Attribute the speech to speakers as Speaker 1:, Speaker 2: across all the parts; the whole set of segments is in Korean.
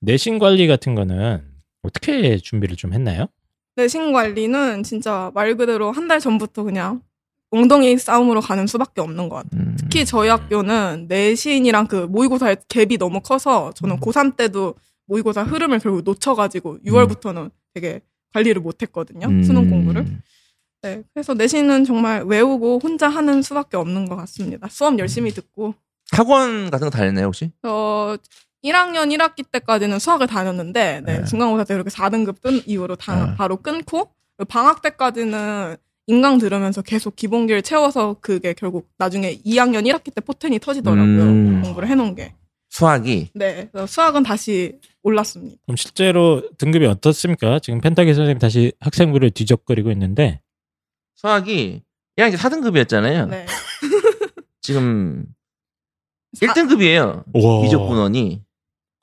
Speaker 1: 내신 관리 같은 거는 어떻게 준비를 좀 했나요?
Speaker 2: 내신 관리는 진짜 말 그대로 한 달 전부터 그냥 엉덩이 싸움으로 가는 수밖에 없는 것 같아요.
Speaker 1: 음.
Speaker 2: 특히 저희 학교는 내신이랑 그 모의고사의 갭이 너무 커서 저는
Speaker 1: 음.
Speaker 2: 고3 때도 모의고사 흐름을 결국 놓쳐가지고 6월부터는 되게 관리를 못했거든요.
Speaker 3: 음.
Speaker 2: 수능 공부를. 네, 그래서 내신은 정말 외우고 혼자 하는 수밖에 없는 것 같습니다. 수업 열심히 듣고
Speaker 3: 학원 같은 거 다녔나요 혹시?
Speaker 2: 저 어, 1학년 1학기 때까지는 수학을 다녔는데 네,
Speaker 3: 네.
Speaker 2: 중간고사 때 이렇게 4등급 끈 이후로 다-
Speaker 3: 네.
Speaker 2: 바로 끊고 그리고 방학 때까지는 인강 들으면서 계속 기본기를 채워서 그게 결국 나중에 2학년 1학기 때 포텐이 터지더라고요.
Speaker 3: 음.
Speaker 2: 공부를 해놓은 게.
Speaker 3: 수학이
Speaker 2: 네, 그래서 수학은 다시 올랐습니다.
Speaker 1: 그럼 실제로 등급이 어떻습니까? 지금 펜타기 선생님 다시 학생부를 뒤적거리고 있는데
Speaker 3: 수학이 그냥 이제 4등급이었잖아요.
Speaker 2: 네.
Speaker 3: 지금
Speaker 2: 사-
Speaker 3: 1등급이에요.
Speaker 1: 우와.
Speaker 3: 미적 분원이.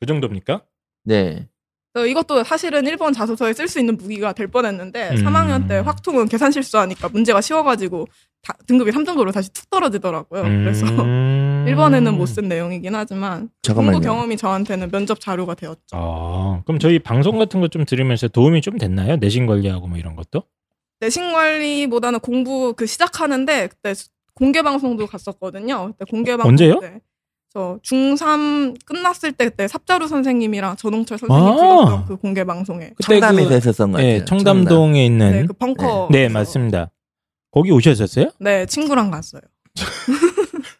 Speaker 1: 그 정도입니까?
Speaker 3: 네.
Speaker 2: 또 이것도 사실은 일본 자소서에 쓸 수 있는 무기가 될 뻔했는데
Speaker 1: 음.
Speaker 2: 3학년 때 확통은 계산 실수하니까 문제가 쉬워가지고 다- 등급이 3등급으로 다시 툭 떨어지더라고요.
Speaker 3: 음.
Speaker 2: 그래서
Speaker 1: 음.
Speaker 2: 일본에는 못 쓴 내용이긴 하지만 공부
Speaker 3: 잠깐만요.
Speaker 2: 경험이 저한테는 면접 자료가 되었죠.
Speaker 1: 아, 그럼 저희 방송 같은 거 좀 들으면서 도움이 좀 됐나요? 내신 관리하고 뭐 이런 것도?
Speaker 2: 내신 관리보다는 공부 그 시작하는데 그때 수- 공개 방송도 갔었거든요. 그때 공개 방송
Speaker 1: 언제요?
Speaker 2: 때. 저 중3 끝났을 때 그때 삽자루 선생님이랑 전홍철 선생님
Speaker 1: 아.
Speaker 2: 불렀던 그 공개 방송에
Speaker 1: 그때
Speaker 3: 청담에서
Speaker 1: 그-
Speaker 3: 했었던 것 같아요.
Speaker 1: 네, 청담동에 있는
Speaker 2: 네,
Speaker 1: 네,
Speaker 2: 그 벙커.
Speaker 1: 맞습니다. 거기 오셨었어요?
Speaker 2: 네, 친구랑 갔어요.
Speaker 3: 청담.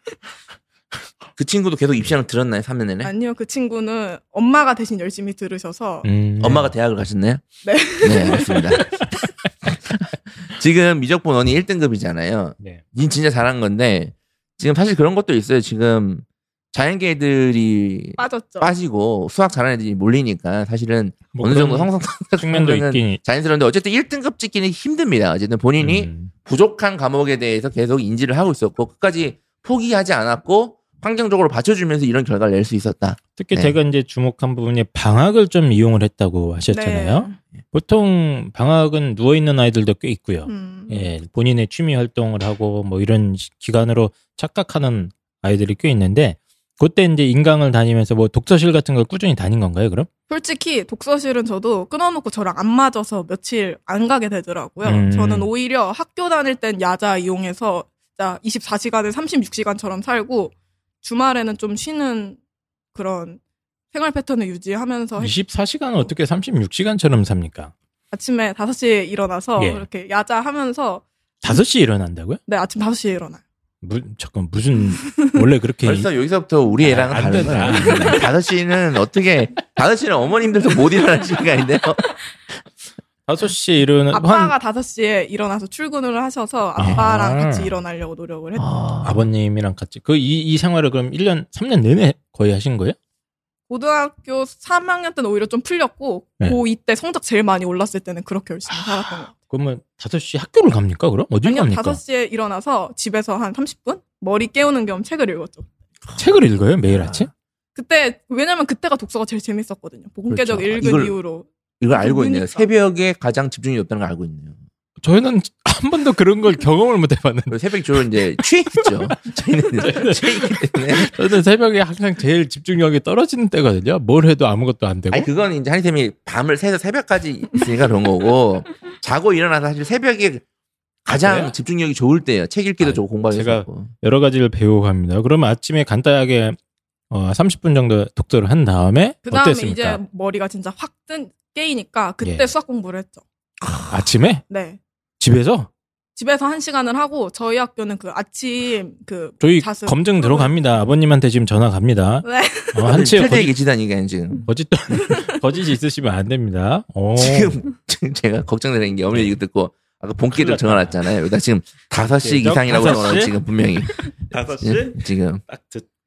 Speaker 3: 그 친구도 계속 입시랑 들었나요? 3년
Speaker 1: 네.
Speaker 3: 내내?
Speaker 2: 아니요, 그 친구는 엄마가 대신 열심히 들으셔서
Speaker 1: 음.
Speaker 3: 엄마가 대학을 가셨나요?
Speaker 2: 네.
Speaker 3: 네, 맞습니다. 지금 미적 분원이 1등급이잖아요.
Speaker 1: 네.
Speaker 3: 닌 진짜 잘한 건데 지금 사실 그런 것도 있어요. 지금 자연계 애들이
Speaker 2: 빠졌죠.
Speaker 3: 빠지고 수학 잘하는 애들이 몰리니까 사실은
Speaker 1: 뭐
Speaker 3: 어느 정도
Speaker 1: 그런
Speaker 3: 성성
Speaker 1: 측면도 있긴
Speaker 3: 자연스러운데 어쨌든 1등급 찍기는 힘듭니다. 어쨌든 본인이
Speaker 1: 음.
Speaker 3: 부족한 과목에 대해서 계속 인지를 하고 있었고 끝까지 포기하지 않았고 환경적으로 받쳐주면서 이런 결과를 낼 수 있었다.
Speaker 1: 특히
Speaker 3: 네.
Speaker 1: 제가 이제 주목한 부분이 방학을 좀 이용을 했다고 하셨잖아요.
Speaker 2: 네.
Speaker 1: 보통 방학은 누워 있는 아이들도 꽤 있고요.
Speaker 2: 음.
Speaker 1: 예, 본인의 취미 활동을 하고 뭐 이런 시- 기간으로 착각하는 아이들이 꽤 있는데 그때 이제 인강을 다니면서 뭐 독서실 같은 걸 꾸준히 다닌 건가요, 그럼?
Speaker 2: 솔직히 독서실은 저도 끊어놓고 저랑 안 맞아서 며칠 안 가게 되더라고요.
Speaker 1: 음.
Speaker 2: 저는 오히려 학교 다닐 땐 야자 이용해서 진짜 24시간을 36시간처럼 살고 주말에는 좀 쉬는 그런 생활 패턴을
Speaker 1: 음.
Speaker 2: 유지하면서
Speaker 1: 24시간 어떻게 36시간처럼
Speaker 2: 음.
Speaker 1: 삽니까?
Speaker 2: 아침에 5시에 일어나서
Speaker 1: 예.
Speaker 2: 이렇게 야자 하면서
Speaker 1: 5시에 일어난다고요?
Speaker 2: 네, 아침 5시에 일어나요.
Speaker 1: 무, 잠깐 무슨 원래 그렇게
Speaker 3: 벌써 여기서부터 우리 애랑은
Speaker 1: 아, 안
Speaker 3: 다른
Speaker 1: 된다.
Speaker 3: 거야. 다섯 시는 어떻게 다섯 시는 어머님들도 못 일어나는 시간인데요.
Speaker 1: 5시에 일어나 한
Speaker 2: 아빠가 5시에 일어나서 출근을 하셔서 아빠랑
Speaker 1: 아.
Speaker 2: 같이 일어나려고 노력을 했죠.
Speaker 3: 아,
Speaker 1: 아버님이랑 같이 그 이 이 생활을 그럼 1년 3년 내내 거의 하신 거예요?
Speaker 2: 고등학교 3학년 때는 오히려 좀 풀렸고
Speaker 1: 네.
Speaker 2: 고2 때 성적 제일 많이 올랐을 때는 그렇게 열심히 살았던 것 같아요.
Speaker 1: 그러면 5시 학교를 갑니까? 그럼 어디
Speaker 2: 아니요,
Speaker 1: 갑니까?
Speaker 2: 5시에 일어나서 집에서 한 30분? 머리 깨우는 겸 책을 읽었죠.
Speaker 1: 책을 읽어요, 매일 아침?
Speaker 2: 그때, 왜냐면 그때가 독서가 제일 재밌었거든요. 본격적
Speaker 1: 아,
Speaker 3: 그렇죠.
Speaker 2: 읽은
Speaker 3: 이걸-
Speaker 2: 이후로.
Speaker 3: 이걸 알고 있네요.
Speaker 2: 그러니까.
Speaker 3: 새벽에 가장 집중이 높다는 걸 알고 있네요.
Speaker 1: 저희는 한 번도 그런 걸 경험을 못 해봤는데
Speaker 3: 그리고 새벽 주로 이제 취했죠. 저희는 이제 취했기 때문에.
Speaker 1: 저는 네. 새벽에 항상 제일 집중력이 떨어지는 때거든요. 뭘 해도 아무것도 안 되고
Speaker 3: 아니 그건 이제 한이템이 밤을 새서 새벽까지 있으니까 그런 거고 자고 일어나서 사실 새벽에 가장
Speaker 1: 아, 그래요?
Speaker 3: 집중력이 좋을 때예요. 책 읽기도
Speaker 1: 아니,
Speaker 3: 좋고 공부하기도
Speaker 1: 제가-
Speaker 3: 좋고.
Speaker 1: 여러 가지를 배우고 갑니다. 그러면 아침에 간단하게 어, 30분 정도 독서를 한 다음에
Speaker 2: 그 다음에
Speaker 1: 어땠습니까?
Speaker 2: 이제 머리가 진짜 확 뜬, 깨이니까 그때
Speaker 1: 예.
Speaker 2: 수학 공부를 했죠.
Speaker 1: 아침에
Speaker 2: 네.
Speaker 1: 집에서
Speaker 2: 집에서 한 시간을 하고 저희 학교는 그 아침 그
Speaker 1: 저희
Speaker 2: 자습
Speaker 1: 검증
Speaker 2: 프로그램-
Speaker 1: 들어갑니다. 아버님한테 지금 전화 갑니다.
Speaker 2: 네.
Speaker 1: 어, 한치의
Speaker 3: 필드에
Speaker 1: 거짓,
Speaker 3: 계시다니까 지금.
Speaker 1: 거짓도 거짓이 있으시면 안 됩니다. 어. 오.
Speaker 3: 지금 지금 제가 걱정되는 게 어머니 이거 듣고 아까
Speaker 1: 큰일
Speaker 3: 본기를 정해놨잖아요. 여기다 지금 5시
Speaker 1: 네,
Speaker 3: 이상이라고
Speaker 1: 다섯 시?
Speaker 3: 정해놨 지금 분명히. 예?
Speaker 1: 다섯 시?
Speaker 3: 지금- 지금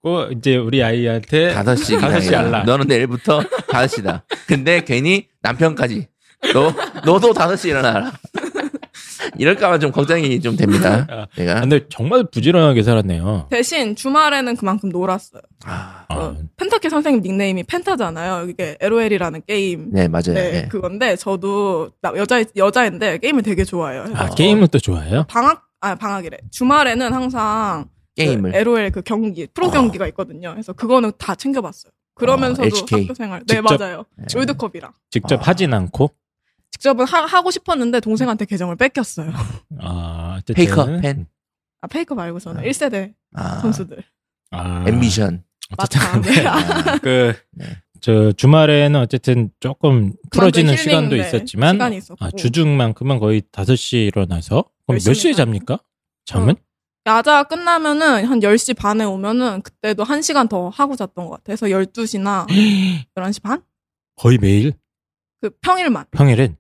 Speaker 1: 꼭 이제 우리 아이한테 네.
Speaker 3: 5시
Speaker 1: 다섯 시
Speaker 3: 이상이야.
Speaker 1: 알람.
Speaker 3: 너는 내일부터 5시다. 근데 괜히 남편까지. 너, 너도 5시 일어나라. 이럴까봐 좀 걱정이 좀 됩니다.
Speaker 1: 아,
Speaker 3: 제가.
Speaker 1: 근데 정말 부지런하게 살았네요.
Speaker 2: 대신 주말에는 그만큼 놀았어요. 그
Speaker 3: 아,
Speaker 1: 아,
Speaker 2: 펜타키 선생님 닉네임이 펜타잖아요. 이게 LOL이라는 게임.
Speaker 3: 네, 맞아요.
Speaker 2: 네,
Speaker 3: 네.
Speaker 2: 그건데 저도 나 여자 여자인데 게임을 되게 좋아해요.
Speaker 1: 아, 게임을 또 좋아해요?
Speaker 2: 방학 아 방학이래. 주말에는 항상
Speaker 3: 게임을. 아.
Speaker 2: 그 LOL 그 경기 프로 경기가 있거든요. 그래서 그거는 다 챙겨봤어요. 그러면서도
Speaker 3: 어, HK.
Speaker 2: 학교 생활. 네,
Speaker 1: 직접-
Speaker 2: 맞아요.
Speaker 3: 네.
Speaker 2: 월드컵이랑.
Speaker 1: 직접
Speaker 3: 아.
Speaker 1: 하진 않고
Speaker 2: 직접은 하, 하고 싶었는데 동생한테 계정을 뺏겼어요.
Speaker 1: 아, 어쨌든-
Speaker 3: 페이커 팬.
Speaker 2: 아, 페이커 말고 저는
Speaker 3: 아.
Speaker 2: 1세대
Speaker 3: 아,
Speaker 2: 선수들.
Speaker 1: 아,
Speaker 3: 앰비션.
Speaker 1: 어쨌든
Speaker 2: 맞다.
Speaker 1: 근데
Speaker 2: 네.
Speaker 3: 아,
Speaker 1: 그,
Speaker 3: 네.
Speaker 1: 저 주말에는 어쨌든 조금 풀어지는
Speaker 2: 힐링,
Speaker 1: 시간도
Speaker 2: 네,
Speaker 1: 있었지만,
Speaker 2: 시간이 있었고.
Speaker 1: 아, 주중만큼은 거의 5시에 일어나서, 그럼 몇
Speaker 2: 열심히
Speaker 1: 시에 잡니까? 잠은?
Speaker 2: 야자 끝나면은 한 10시 반에 오면은 그때도 1시간 더 하고 잤던 것 같아요. 그래서 12시나 11시 반?
Speaker 1: 거의 매일?
Speaker 2: 그 평일만.
Speaker 1: 평일엔?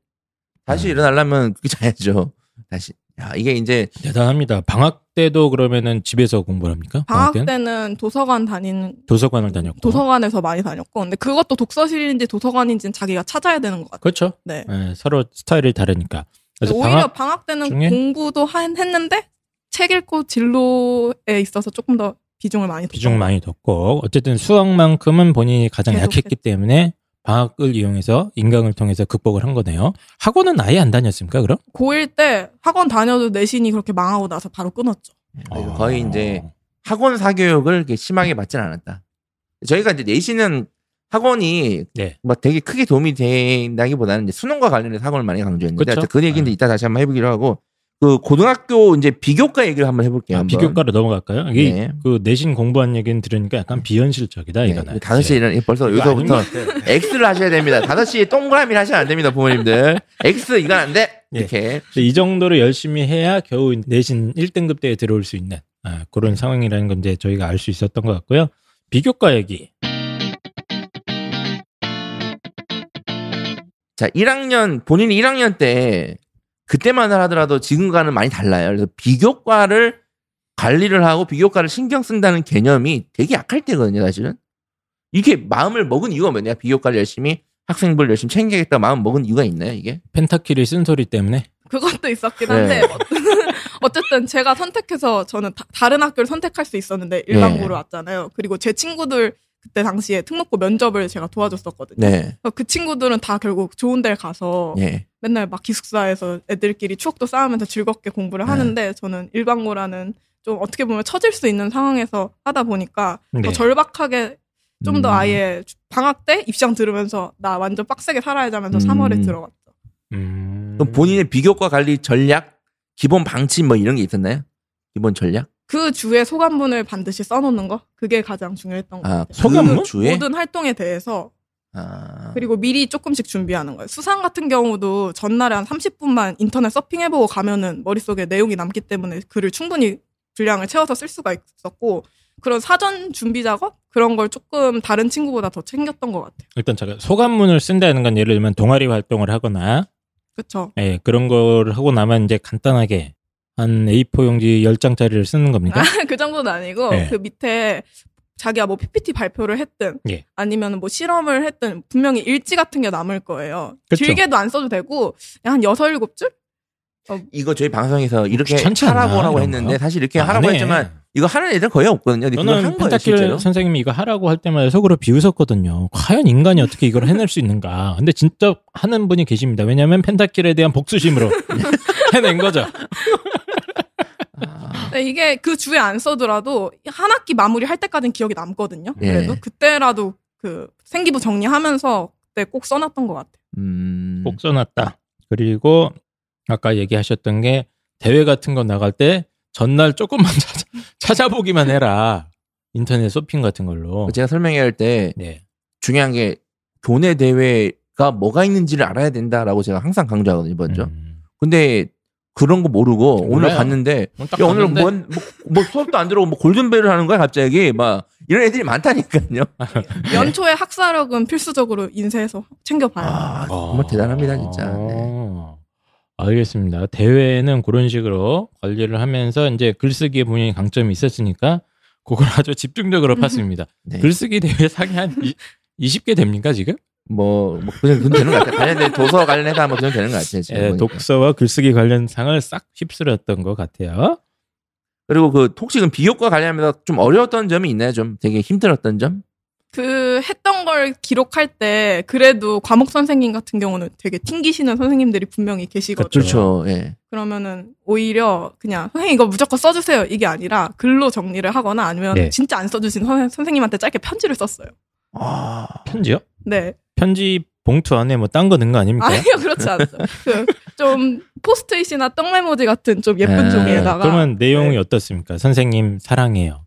Speaker 3: 다시 일어나려면 그게 자야죠. 다시. 야, 이게 이제
Speaker 1: 대단합니다. 방학 때도 그러면은 집에서 공부를 합니까?
Speaker 2: 방학
Speaker 1: 때는?
Speaker 2: 때는 도서관 다니는
Speaker 1: 도서관을 다녔고.
Speaker 2: 도서관에서 많이 다녔고 근데 그것도 독서실인지 도서관인지는 자기가 찾아야 되는 것 같아요.
Speaker 1: 그렇죠.
Speaker 2: 네.
Speaker 1: 예, 서로 스타일이 다르니까. 그래서
Speaker 2: 오히려
Speaker 1: 방학,
Speaker 2: 방학, 때는
Speaker 1: 중에?
Speaker 2: 공부도 한- 했는데 책 읽고 진로에 있어서 조금 더 비중을 많이 뒀
Speaker 1: 비중 많이 뒀고, 어쨌든 수학만큼은 본인이 가장
Speaker 2: 계속
Speaker 1: 약했기 때문에 방학을 이용해서 인강을 통해서 극복을 한 거네요. 학원은 아예 안 다녔습니까, 그럼?
Speaker 2: 고1 때 학원 다녀도 내신이 그렇게 망하고 나서 바로 끊었죠.
Speaker 1: 아.
Speaker 3: 거의 이제 학원 사교육을 이렇게 심하게 받진 않았다. 저희가 이제 내신은 학원이
Speaker 1: 네.
Speaker 3: 막 되게 크게 도움이 된다기보다는 이제 수능과 관련해서 학원을 많이 강조했는데
Speaker 1: 그쵸? 네.
Speaker 3: 하여튼 그 얘기는 이따 다시 한번 해보기로 하고 그 고등학교 이제 비교과 얘기를 한번 해볼게요.
Speaker 1: 아,
Speaker 3: 한번.
Speaker 1: 비교과로 넘어갈까요? 이게
Speaker 3: 네.
Speaker 1: 그 내신 공부한 얘기는 들으니까 약간 비현실적이다
Speaker 3: 네,
Speaker 1: 이거는.
Speaker 3: 다섯 시에 일어나 벌써 여기서부터 X를 하셔야 됩니다. 다섯 시에 동그라미를 하시면 안 됩니다, 부모님들. X 이건 안 돼.
Speaker 1: 예.
Speaker 3: 이렇게
Speaker 1: 이 정도로 열심히 해야 겨우 내신 1등급 대에 들어올 수 있는 아,
Speaker 3: 네.
Speaker 1: 그런 상황이라는 건 이제 저희가 알 수 있었던 것 같고요. 비교과 얘기.
Speaker 3: 자, 1학년, 본인이 1학년 때, 그때만 하더라도 지금과는 많이 달라요. 그래서 비교과를 관리를 하고 비교과를 신경 쓴다는 개념이 되게 약할 때거든요, 사실은. 이렇게 마음을 먹은 이유가 뭐냐? 비교과를 열심히, 학생부를 열심히 챙기겠다 마음 먹은 이유가 있나요, 이게?
Speaker 1: 펜타키를 쓴 소리 때문에
Speaker 2: 그것도 있었긴 한데 뭐,
Speaker 3: 네.
Speaker 2: 어쨌든 제가 선택해서 저는 다, 른 학교를 선택할 수 있었는데 일반고로
Speaker 3: 네.
Speaker 2: 왔잖아요. 그리고 제 친구들 그때 당시에 특목고 면접을 제가 도와줬었거든요.
Speaker 3: 네.
Speaker 2: 그래서 그 친구들은 다 결국 좋은 데를 가서
Speaker 3: 예.
Speaker 2: 맨날 막 기숙사에서 애들끼리 추억도 쌓으면서 즐겁게 공부를
Speaker 3: 네.
Speaker 2: 하는데 저는 일반고라는 좀 어떻게 보면 처질 수 있는 상황에서 하다 보니까
Speaker 3: 어,
Speaker 1: 네.
Speaker 2: 더 절박하게 좀 더
Speaker 3: 음.
Speaker 2: 아예 방학 때 입시장 들으면서 나 완전 빡세게 살아야지 하면서
Speaker 3: 음.
Speaker 2: 3월에 들어갔죠.
Speaker 1: 음...
Speaker 3: 그럼 본인의 비교과 관리 전략, 기본 방침 뭐 이런 게 있었나요? 기본 전략?
Speaker 2: 그 주에 소감문을 반드시 써놓는 거 그게 가장 중요했던 거
Speaker 3: 아,
Speaker 2: 같아요.
Speaker 1: 소감문? 뭐?
Speaker 3: 그 주에?
Speaker 2: 모든 활동에 대해서
Speaker 3: 아.
Speaker 2: 그리고 미리 조금씩 준비하는 거예요. 수상 같은 경우도 전날에 한 30분만 인터넷 서핑해보고 가면은 머릿속에 내용이 남기 때문에 글을 충분히 분량을 채워서 쓸 수가 있었고 그런 사전 준비 작업 그런 걸 조금 다른 친구보다 더 챙겼던 것 같아요.
Speaker 1: 일단 제가 소감문을 쓴다는 건 예를 들면 동아리 활동을 하거나
Speaker 2: 그렇죠.
Speaker 1: 예, 그런 걸 하고 나면 이제 간단하게 한 A4 용지 10장짜리를 쓰는
Speaker 3: 아,
Speaker 1: 겁니까?
Speaker 2: 그 정도는 아니고
Speaker 1: 네.
Speaker 2: 그 밑에 자기가 뭐 PPT 발표를 했든
Speaker 1: 예.
Speaker 2: 아니면 뭐 실험을 했든 분명히 일지 같은 게 남을 거예요.
Speaker 1: 그쵸.
Speaker 2: 길게도 안 써도 되고 그냥 한 여섯 일곱 줄
Speaker 3: 이거 저희 방송에서 이렇게
Speaker 1: 어, 귀찮지 않나,
Speaker 3: 하라고 하라고
Speaker 1: 이런
Speaker 3: 했는데
Speaker 1: 거?
Speaker 3: 사실 이렇게
Speaker 1: 안
Speaker 3: 하라고
Speaker 1: 해.
Speaker 3: 했지만 이거 하는 애들 거의 없거든요. 근데 네, 그걸
Speaker 1: 저는
Speaker 3: 한 거예요,
Speaker 1: 펜타킬
Speaker 3: 실제로.
Speaker 1: 선생님이 이거 하라고 할 때마다 속으로 비웃었거든요. 과연 인간이 어떻게 이걸 해낼 수 있는가. 근데 진짜 하는 분이 계십니다. 왜냐하면 펜타킬에 대한 복수심으로 해낸 거죠.
Speaker 3: 음. 아,
Speaker 2: 근데 이게 그 주에 안 써더라도 한 학기 마무리 할 때까지는 기억이 남거든요.
Speaker 3: 예.
Speaker 2: 그래도 그때라도 그 생기부 정리하면서 그때 꼭 써놨던 것 같아요.
Speaker 3: 음.
Speaker 1: 꼭 써놨다. 그리고 아까 얘기하셨던 게 대회 같은 거 나갈 때 전날 조금만 찾아, 찾아보기만 해라. 인터넷 쇼핑 같은 걸로.
Speaker 3: 제가 설명해야 할 때
Speaker 1: 네.
Speaker 3: 중요한 게 교내 대회가 뭐가 있는지를 알아야 된다라고 제가 항상 강조하거든요, 먼저.
Speaker 1: 음.
Speaker 3: 근데 그런 거 모르고 오늘
Speaker 1: 몰라요.
Speaker 3: 갔는데
Speaker 1: 오늘 딱
Speaker 3: 야, 오늘
Speaker 1: 봤는데
Speaker 3: 뭔, 뭐, 뭐 수업도 안 들어오고 뭐 골든벨을 하는 거야, 갑자기. 막 이런 애들이 많다니까요. 예.
Speaker 2: 연초에 학사력은 필수적으로 인쇄해서 챙겨봐요.
Speaker 3: 아, 정말 대단합니다, 진짜. 네.
Speaker 1: 어, 알겠습니다. 대회는 그런 식으로 관리를 하면서 이제 글쓰기에 본인이 강점이 있었으니까 그걸 아주 집중적으로 팠습니다.
Speaker 3: 네.
Speaker 1: 글쓰기 대회 상이 한 이, 20개 됩니까 지금?
Speaker 3: 뭐, 뭐, 그냥 돈 되는 것 같아요. 관련된 도서 관련해서 뭐, 돈 되는 것 같아요. 지금
Speaker 1: 예,
Speaker 3: 보니까.
Speaker 1: 독서와 글쓰기 관련 상을 싹 휩쓸었던 것 같아요.
Speaker 3: 그리고 그 혹시 그 비교과 관련하면서 좀 어려웠던 점이 있나요? 좀 되게 힘들었던 점?
Speaker 2: 그 했던 걸 기록할 때 그래도 과목 선생님 같은 경우는 되게 튕기시는 선생님들이 분명히 계시거든요.
Speaker 3: 그렇죠. 예.
Speaker 2: 그러면은 오히려 그냥 선생님 이거 무조건 써주세요 이게 아니라 글로 정리를 하거나 아니면
Speaker 1: 네.
Speaker 2: 진짜 안 써주신 선, 선생님한테 짧게 편지를 썼어요.
Speaker 3: 아,
Speaker 1: 편지요?
Speaker 2: 네.
Speaker 1: 편지 봉투 안에 뭐 딴 거 넣은 거 아닙니까?
Speaker 2: 아니요, 그렇지 않죠. 그좀 포스트잇이나 떡 메모지 같은 좀 예쁜
Speaker 3: 아,
Speaker 1: 네.
Speaker 2: 종이에다가.
Speaker 1: 그러면 내용이
Speaker 2: 네.
Speaker 1: 어떻습니까? 선생님 사랑해요.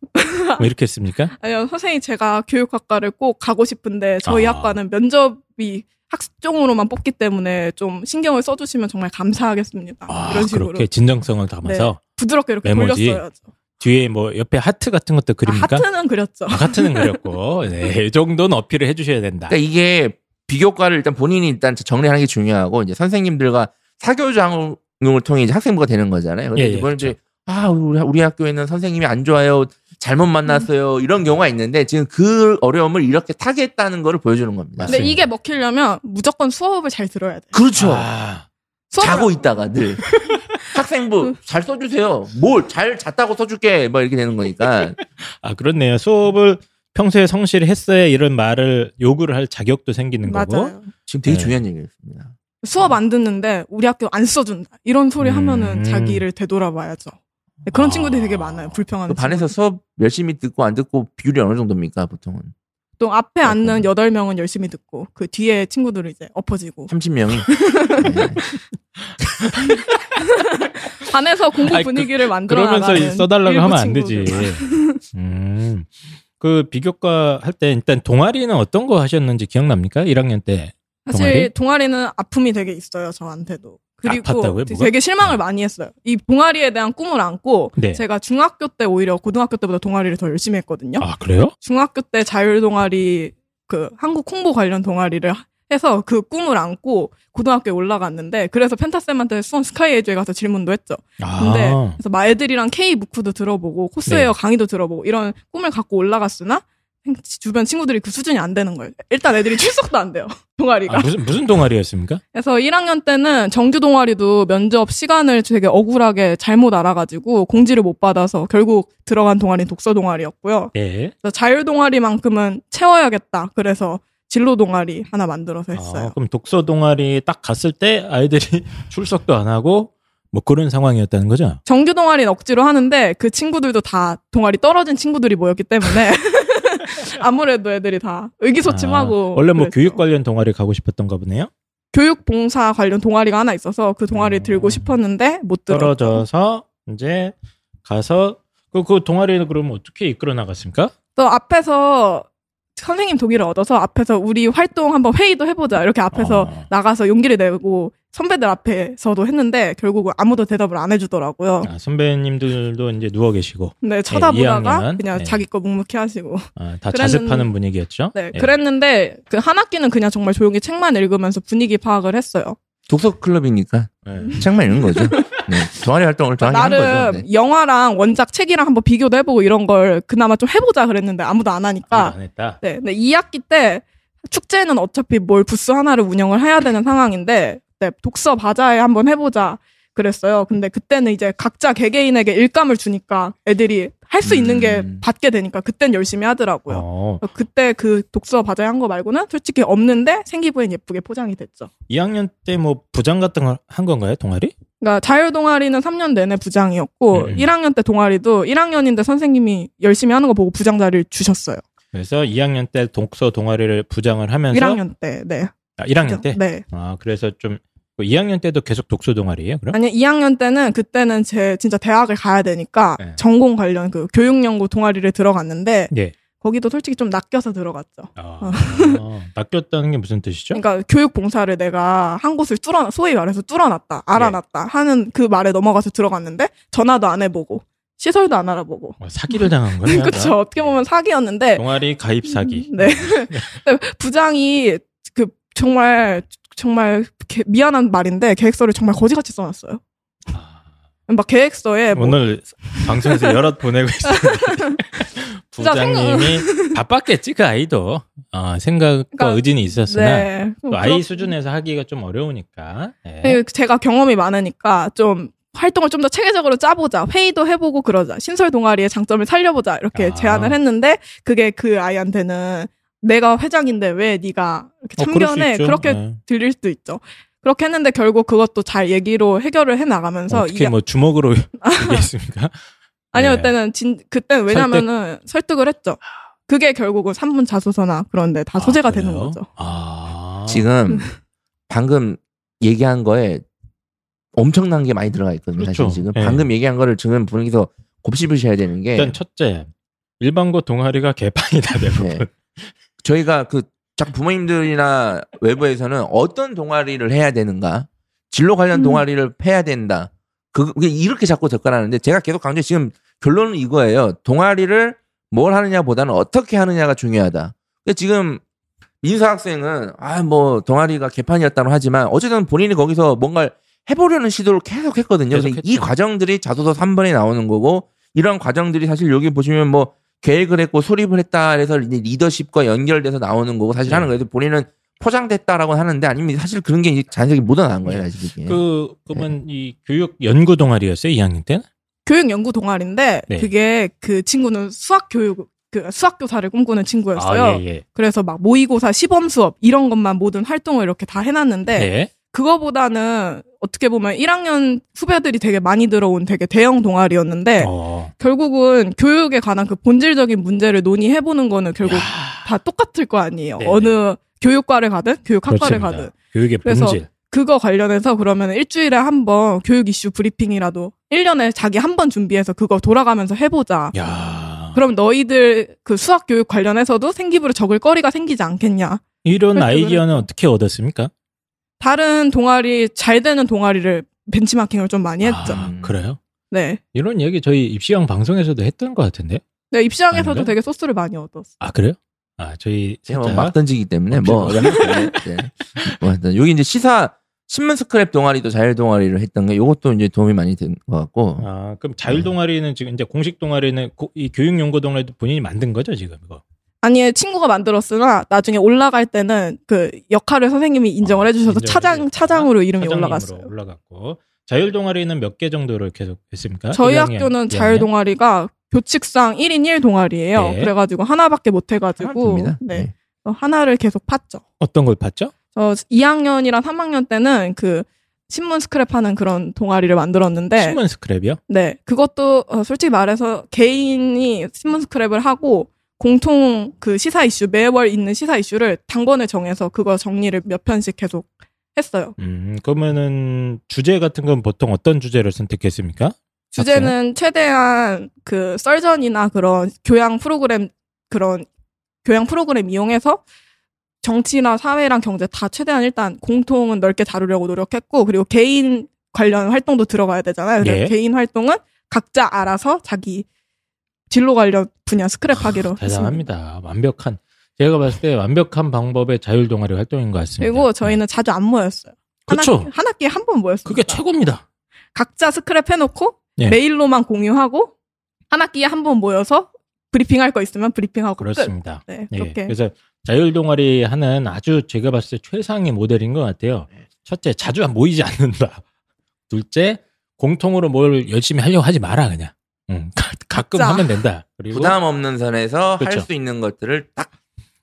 Speaker 1: 뭐 이렇게 했습니까?
Speaker 2: 아니요, 선생님 제가 교육학과를 꼭 가고 싶은데 저희
Speaker 1: 아.
Speaker 2: 학과는 면접이 학종으로만 뽑기 때문에 좀 신경을 써주시면 정말 감사하겠습니다.
Speaker 1: 아,
Speaker 2: 이런 식으로
Speaker 1: 그렇게 진정성을 담아서
Speaker 2: 부드럽게 이렇게
Speaker 1: 메모지.
Speaker 2: 돌렸어야죠.
Speaker 3: 네.
Speaker 1: 뒤에 뭐 옆에 하트 같은 것도
Speaker 2: 아,
Speaker 1: 그립니까?
Speaker 2: 하트는 그렸죠.
Speaker 1: 아, 하트는 그렸고 네, 이 정도는 어필을 해주셔야 된다.
Speaker 3: 그러니까 이게 비교과를 일단 본인이 일단 정리하는 게 중요하고 이제 선생님들과 사교육을 통해 이제 학생부가 되는 거잖아요. 근데
Speaker 1: 예, 예,
Speaker 3: 이번에
Speaker 1: 그렇죠.
Speaker 3: 이제 아 우리 우리 학교에는 선생님이 안 좋아요, 잘못 만났어요 이런 경우가 있는데 지금 그 어려움을 이렇게 타개했다는 거를 보여주는 겁니다.
Speaker 2: 근데
Speaker 1: 맞습니다.
Speaker 2: 이게 먹히려면 무조건 수업을 잘 들어야 돼요.
Speaker 3: 네. 그렇죠.
Speaker 1: 아,
Speaker 2: 수업을
Speaker 3: 자고 있다가 늘 학생부 잘 써주세요. 뭘 잘 잤다고 써줄게 뭐 이렇게 되는 거니까
Speaker 1: 아, 그렇네요. 수업을 평소에 성실히 했어야 이런 말을 요구를 할 자격도 생기는 거고.
Speaker 2: 맞아요.
Speaker 3: 지금 되게
Speaker 1: 네.
Speaker 3: 중요한 얘기였습니다.
Speaker 2: 수업 안 듣는데 우리 학교 안 써준다 이런 소리
Speaker 1: 음.
Speaker 2: 하면은 자기를 되돌아봐야죠. 네, 그런
Speaker 1: 아.
Speaker 2: 친구들이 되게 많아요.
Speaker 3: 그
Speaker 2: 불평하는.
Speaker 3: 반에서
Speaker 2: 친구들.
Speaker 3: 수업 열심히 듣고 안 듣고 비율이 어느 정도입니까 보통은
Speaker 2: 또
Speaker 1: 네.
Speaker 2: 앞에 앉는
Speaker 3: 음.
Speaker 2: 여덟 명은 열심히 듣고 그 뒤에 친구들은 이제 엎어지고
Speaker 3: 30명이 네.
Speaker 2: 반에서 공부
Speaker 1: 아이, 그-
Speaker 2: 분위기를 만들어
Speaker 1: 그러면서
Speaker 2: 나가는
Speaker 1: 이 써달라고
Speaker 2: 일부
Speaker 1: 하면 안
Speaker 2: 친구들.
Speaker 1: 되지. 음. 그 비교과 할 때 일단 동아리는 어떤 거 하셨는지 기억납니까? 1학년 때.
Speaker 2: 사실 동아리? 는 아픔이 되게 있어요 저한테도. 그리고
Speaker 1: 아팠다고요, 뭐가?
Speaker 2: 되게 실망을 많이 했어요. 이 동아리에 대한 꿈을 안고
Speaker 1: 네.
Speaker 2: 제가 중학교 때 오히려 고등학교 때보다 동아리를 더 열심히 했거든요.
Speaker 1: 아, 그래요?
Speaker 2: 중학교 때 자율 동아리 그 한국 홍보 관련 동아리를 해서 그 꿈을 안고 고등학교에 올라갔는데 그래서 펜타쌤한테 수원 스카이에즈에 가서 질문도 했죠. 근데
Speaker 1: 아. 네.
Speaker 2: 그래서 마애들이랑 K 무크도 들어보고 코스웨어 강의도 들어보고 이런 꿈을 갖고 올라갔으나 주변 친구들이 그 수준이 안 되는 거예요. 일단 애들이 출석도 안 돼요. 동아리가.
Speaker 1: 아, 무슨 무슨 동아리였습니까?
Speaker 2: 그래서 1학년 때는 정규 동아리도 면접 시간을 되게 억울하게 잘못 알아가지고 공지를 못 받아서 결국 들어간 동아리 는 독서 동아리였고요.
Speaker 1: 예.
Speaker 2: 그래서 자율 동아리만큼은 채워야겠다. 그래서 진로 동아리 하나 만들어서
Speaker 1: 아,
Speaker 2: 했어요.
Speaker 1: 그럼 독서 동아리 딱 갔을 때 아이들이 출석도 안 하고 뭐 그런 상황이었다는 거죠?
Speaker 2: 정규 동아리는 억지로 하는데 그 친구들도 다 동아리 떨어진 친구들이 모였기 때문에 아무래도 애들이 다 의기소침하고
Speaker 1: 아, 원래 뭐
Speaker 2: 그랬죠.
Speaker 1: 교육 관련 동아리 가고 싶었던가 보네요.
Speaker 2: 교육 봉사 관련 동아리가 하나 있어서 그 동아리
Speaker 1: 음.
Speaker 2: 들고 싶었는데 못 들어.
Speaker 1: 떨어져서 이제 가서 그, 그 동아리는 그러면 어떻게 이끌어 나갔습니까?
Speaker 2: 또 앞에서 선생님 동의를 얻어서 앞에서 우리 활동 한번 회의도 해보자 이렇게 앞에서
Speaker 1: 아.
Speaker 2: 나가서 용기를 내고 선배들 앞에서도 했는데 결국은 아무도 대답을 안 해주더라고요.
Speaker 1: 아, 선배님들도 이제 누워 계시고
Speaker 2: 네, 쳐다보다가
Speaker 1: 이해하면은,
Speaker 2: 그냥
Speaker 1: 네.
Speaker 2: 자기 거 묵묵히 하시고.
Speaker 1: 아, 다
Speaker 2: 그랬는-
Speaker 1: 자습하는 분위기였죠.
Speaker 2: 네,
Speaker 1: 예.
Speaker 2: 그랬는데 그 한 학기는 그냥 정말 조용히 책만 읽으면서 분위기 파악을 했어요.
Speaker 3: 독서 클럽이니까
Speaker 1: 예.
Speaker 3: 책만 읽는 거죠. 네. 동아리 활동을 정확히 한 거죠.
Speaker 2: 나름
Speaker 3: 네.
Speaker 2: 영화랑 원작 책이랑 한번 비교도 해보고 이런 걸 그나마 좀 해보자 그랬는데 아무도 안
Speaker 1: 아무도
Speaker 2: 하니까.
Speaker 1: 안 했다.
Speaker 2: 네, 근데 2학기 때 축제는 어차피 뭘 부스 하나를 운영을 해야 되는 상황인데 네, 독서 바자회 한번 해보자 그랬어요. 근데 그때는 이제 각자 개개인에게 일감을 주니까 애들이 할 수 있는 게
Speaker 3: 음.
Speaker 2: 받게 되니까 그땐 열심히 하더라고요.
Speaker 1: 어,
Speaker 2: 그때 그 독서 바자회 한 거 말고는 솔직히 없는데 생기부엔 예쁘게 포장이 됐죠.
Speaker 1: 2학년 때 뭐 부장 같은 걸 한 건가요, 동아리?
Speaker 2: 그러니까 자율 동아리는 3년 내내 부장이었고
Speaker 1: 음.
Speaker 2: 1학년 때 동아리도 1학년인데 선생님이 열심히 하는 거 보고 부장 자리를 주셨어요.
Speaker 1: 그래서 2학년 때 독서 동아리를 부장을 하면서
Speaker 2: 1학년 때. 네.
Speaker 1: 아, 1학년 때.
Speaker 2: 네.
Speaker 1: 아, 그래서 좀 2학년 때도 계속 독서 동아리예요, 그럼?
Speaker 2: 아니 2학년 때는 그때는 제 진짜 대학을 가야 되니까
Speaker 1: 네.
Speaker 2: 전공 관련 그 교육 연구 동아리를 들어갔는데
Speaker 1: 예.
Speaker 2: 거기도 솔직히 좀 낚여서 들어갔죠.
Speaker 1: 아,
Speaker 2: 어.
Speaker 1: 낚였다는 게 무슨 뜻이죠?
Speaker 2: 그러니까 교육 봉사를 내가 한 곳을 뚫어 소위 말해서 뚫어놨다 알아놨다
Speaker 1: 네.
Speaker 2: 하는 그 말에 넘어가서 들어갔는데 전화도 안 해보고 시설도 안 알아보고
Speaker 1: 어, 사기를 당한 거예요.
Speaker 2: 그쵸
Speaker 1: 약간?
Speaker 2: 어떻게 보면 사기였는데
Speaker 1: 동아리 가입 사기.
Speaker 2: 네 근데 부장이 그 정말 정말 개- 미안한 말인데 계획서를 정말 거지같이 써놨어요
Speaker 1: 아,
Speaker 2: 막 계획서에 뭐
Speaker 1: 오늘 방송에서 여럿 보내고 있었는데
Speaker 2: 진짜
Speaker 1: 부장님이 바빴겠지 그 아이도 아, 생각과
Speaker 2: 그러니까,
Speaker 1: 의진이 있었으나
Speaker 2: 네.
Speaker 1: 또 아이
Speaker 2: 그렇-
Speaker 1: 수준에서 하기가 좀 어려우니까 예.
Speaker 2: 네, 제가 경험이 많으니까 좀 활동을 좀 더 체계적으로 짜보자. 회의도 해보고 그러자. 신설 동아리의 장점을 살려보자. 이렇게
Speaker 1: 아.
Speaker 2: 제안을 했는데 그게 그 아이한테는 내가 회장인데 왜 네가 이렇게
Speaker 1: 어, 그럴 수
Speaker 2: 참견해
Speaker 1: 있죠.
Speaker 2: 그렇게
Speaker 1: 예.
Speaker 2: 들릴 수도 있죠. 그렇게 했는데 결국 그것도 잘 얘기로 해결을 해 나가면서
Speaker 1: 어떻게
Speaker 2: 이게
Speaker 1: 뭐 주먹으로 얘기했습니까?
Speaker 2: 아니요
Speaker 1: 예.
Speaker 2: 그때는 진 그때는 왜냐면은 설득. 을 했죠. 그게 결국은 3분 자소서나 그런데 다 소재가
Speaker 1: 아,
Speaker 2: 되는
Speaker 1: 그래요?
Speaker 2: 거죠.
Speaker 1: 아.
Speaker 2: 음.
Speaker 3: 지금 방금 얘기한 거에 엄청난 게 많이 들어가 있거든요.
Speaker 1: 그렇죠.
Speaker 3: 사실 지금
Speaker 1: 예.
Speaker 3: 방금 얘기한 거를 지금 분위기서 곱씹으셔야 되는 게
Speaker 1: 일단 첫째, 일반고 동아리가 개판이다 대부분.
Speaker 3: 네. 네. 저희가 그 자, 부모님들이나 외부에서는 어떤 동아리를 해야 되는가, 진로 관련
Speaker 2: 음.
Speaker 3: 동아리를 해야 된다. 그, 그게 이렇게 자꾸 접근하는데 제가 계속 강조 지금 결론은 이거예요. 동아리를 뭘 하느냐보다는 어떻게 하느냐가 중요하다. 근데 지금 민서 학생은 아 뭐 동아리가 개판이었다고 하지만 어쨌든 본인이 거기서 뭔가를 해보려는 시도를 계속 했거든요. 그래서 이
Speaker 1: 계속했죠.
Speaker 3: 과정들이 자소서 3번에 나오는 거고 이런 과정들이 사실 여기 보시면 뭐 계획을 했고 수립을 했다 해서 이제 리더십과 연결돼서 나오는 거고 사실
Speaker 1: 네.
Speaker 3: 하는 거예요. 그래서 본인은 포장됐다라고 하는데 아니면 사실 그런 게 이제 자연스럽게 묻어나는 거예요. 사실 이게.
Speaker 1: 그 그러면 이 교육 연구 동아리였어요 2학년 때는?
Speaker 2: 교육 연구 동아리인데
Speaker 1: 네.
Speaker 2: 그게 그 친구는 수학 교육 그 수학 교사를 꿈꾸는 친구였어요.
Speaker 1: 아, 예, 예.
Speaker 2: 그래서 막 모의고사, 시범 수업 이런 것만 모든 활동을 이렇게 다 해놨는데
Speaker 1: 네.
Speaker 2: 그거보다는 어떻게 보면 1학년 후배들이 되게 많이 들어온 되게 대형 동아리였는데
Speaker 1: 어.
Speaker 2: 결국은 교육에 관한 그 본질적인 문제를 논의해보는 거는 결국 다 똑같을 거 아니에요.
Speaker 1: 네네.
Speaker 2: 어느 교육과를 가든 교육학과를
Speaker 1: 그렇습니다.
Speaker 2: 가든
Speaker 1: 교육의
Speaker 2: 그래서
Speaker 1: 본질.
Speaker 2: 그거 관련해서 그러면 일주일에 한 번 교육 이슈 브리핑이라도 1년에 자기 한 번 준비해서 그거 돌아가면서 해보자.
Speaker 1: 야.
Speaker 2: 그럼 너희들 그 수학 교육 관련해서도 생기부를 적을 거리가 생기지 않겠냐.
Speaker 1: 이런
Speaker 2: 그렇죠,
Speaker 1: 아이디어는 어떻게 얻었습니까?
Speaker 2: 다른 동아리 잘 되는 동아리를 벤치마킹을 좀 많이 했죠.
Speaker 1: 아, 그래요?
Speaker 2: 네.
Speaker 1: 이런 얘기 저희 입시왕 방송에서도 했던 것 같은데.
Speaker 2: 네, 입시장에서도
Speaker 1: 아닌가?
Speaker 2: 되게 소스를 많이 얻었어.
Speaker 1: 아 그래요? 아 저희
Speaker 3: 제가
Speaker 1: 살짝-
Speaker 3: 막 던지기
Speaker 1: 어,
Speaker 3: 때문에 뭐, 네. 뭐 하여튼 여기 이제 시사 신문 스크랩 동아리도 자율 동아리를 했던 게 이것도 이제 도움이 많이 된 것 같고
Speaker 1: 아 그럼 자율 동아리는 지금 이제 공식 동아리는 고- 이 교육 연구 동아리도 본인이 만든 거죠 지금 이거.
Speaker 2: 아니, 친구가 만들었으나 나중에 올라갈 때는 그 역할을 선생님이
Speaker 1: 어,
Speaker 2: 인정을 해주셔서
Speaker 1: 인정을
Speaker 2: 차장,
Speaker 1: 해주셨구나.
Speaker 2: 차장으로 이름이
Speaker 1: 사장님으로
Speaker 2: 네, 올라갔어요.
Speaker 1: 올라갔고 자율 동아리는 몇 개 정도를 계속 했습니까?
Speaker 2: 저희
Speaker 1: 어? 1학년, 예.
Speaker 2: 학교는
Speaker 1: 2학년?
Speaker 2: 자율 동아리가 교칙상 1인 1 동아리예요.
Speaker 1: 네.
Speaker 2: 그래가지고 하나밖에 못
Speaker 3: 하나
Speaker 2: 해가지고
Speaker 3: 듭니다. 예.
Speaker 2: 네. 어, 하나를 계속 팠죠.
Speaker 1: 어떤 걸 봤죠?
Speaker 2: 저 2학년이랑 3학년 때는 그 신문 스크랩하는 그런 동아리를 만들었는데
Speaker 1: 신문 스크랩이요?
Speaker 2: 네 그것도 어, 솔직히 말해서 개인이 신문 스크랩을 하고 공통 그 시사 이슈 매월 있는 시사 이슈를 당번에 정해서 그거 정리를 몇 편씩 계속 했어요.
Speaker 1: 음, 그러면은 주제 같은 건 보통 어떤 주제를 선택했습니까? 아,
Speaker 2: 주제는 최대한 그 썰전이나 그런 교양 프로그램 그런 교양 프로그램 이용해서 정치나 사회랑 경제 다 최대한 일단 공통은 넓게 다루려고 노력했고 그리고 개인 관련 활동도 들어가야 되잖아요. 그래서
Speaker 1: 예.
Speaker 2: 개인 활동은 각자 알아서 자기 진로 관련 분야 스크랩하기로 했습니다.
Speaker 1: 아, 대단합니다. 완벽한 제가 봤을 때 완벽한 방법의 자율 동아리 활동인 것 같습니다. 네.
Speaker 2: 그리고 저희는 자주 안 모였어요. 한
Speaker 1: 그쵸.
Speaker 2: 학기- 한 학기에 한 번 모였어요.
Speaker 1: 그게 최고입니다.
Speaker 2: 각자 스크랩 해놓고
Speaker 1: 예.
Speaker 2: 메일로만 공유하고 한 학기에 한 번 모여서 브리핑할 거 있으면 브리핑하고 끝.
Speaker 1: 그렇습니다.
Speaker 2: 네,
Speaker 1: 예,
Speaker 2: 그렇게
Speaker 1: 그래서 자율 동아리 하는 아주 제가 봤을 때 최상의 모델인 것 같아요. 첫째, 자주 모이지 않는다. 둘째, 공통으로 뭘 열심히 하려고 하지 마라 그냥. 음, 가, 가끔
Speaker 2: 자.
Speaker 1: 하면 된다. 그리고
Speaker 3: 부담 없는 선에서 할
Speaker 1: 그렇죠.
Speaker 3: 수 있는 것들을 딱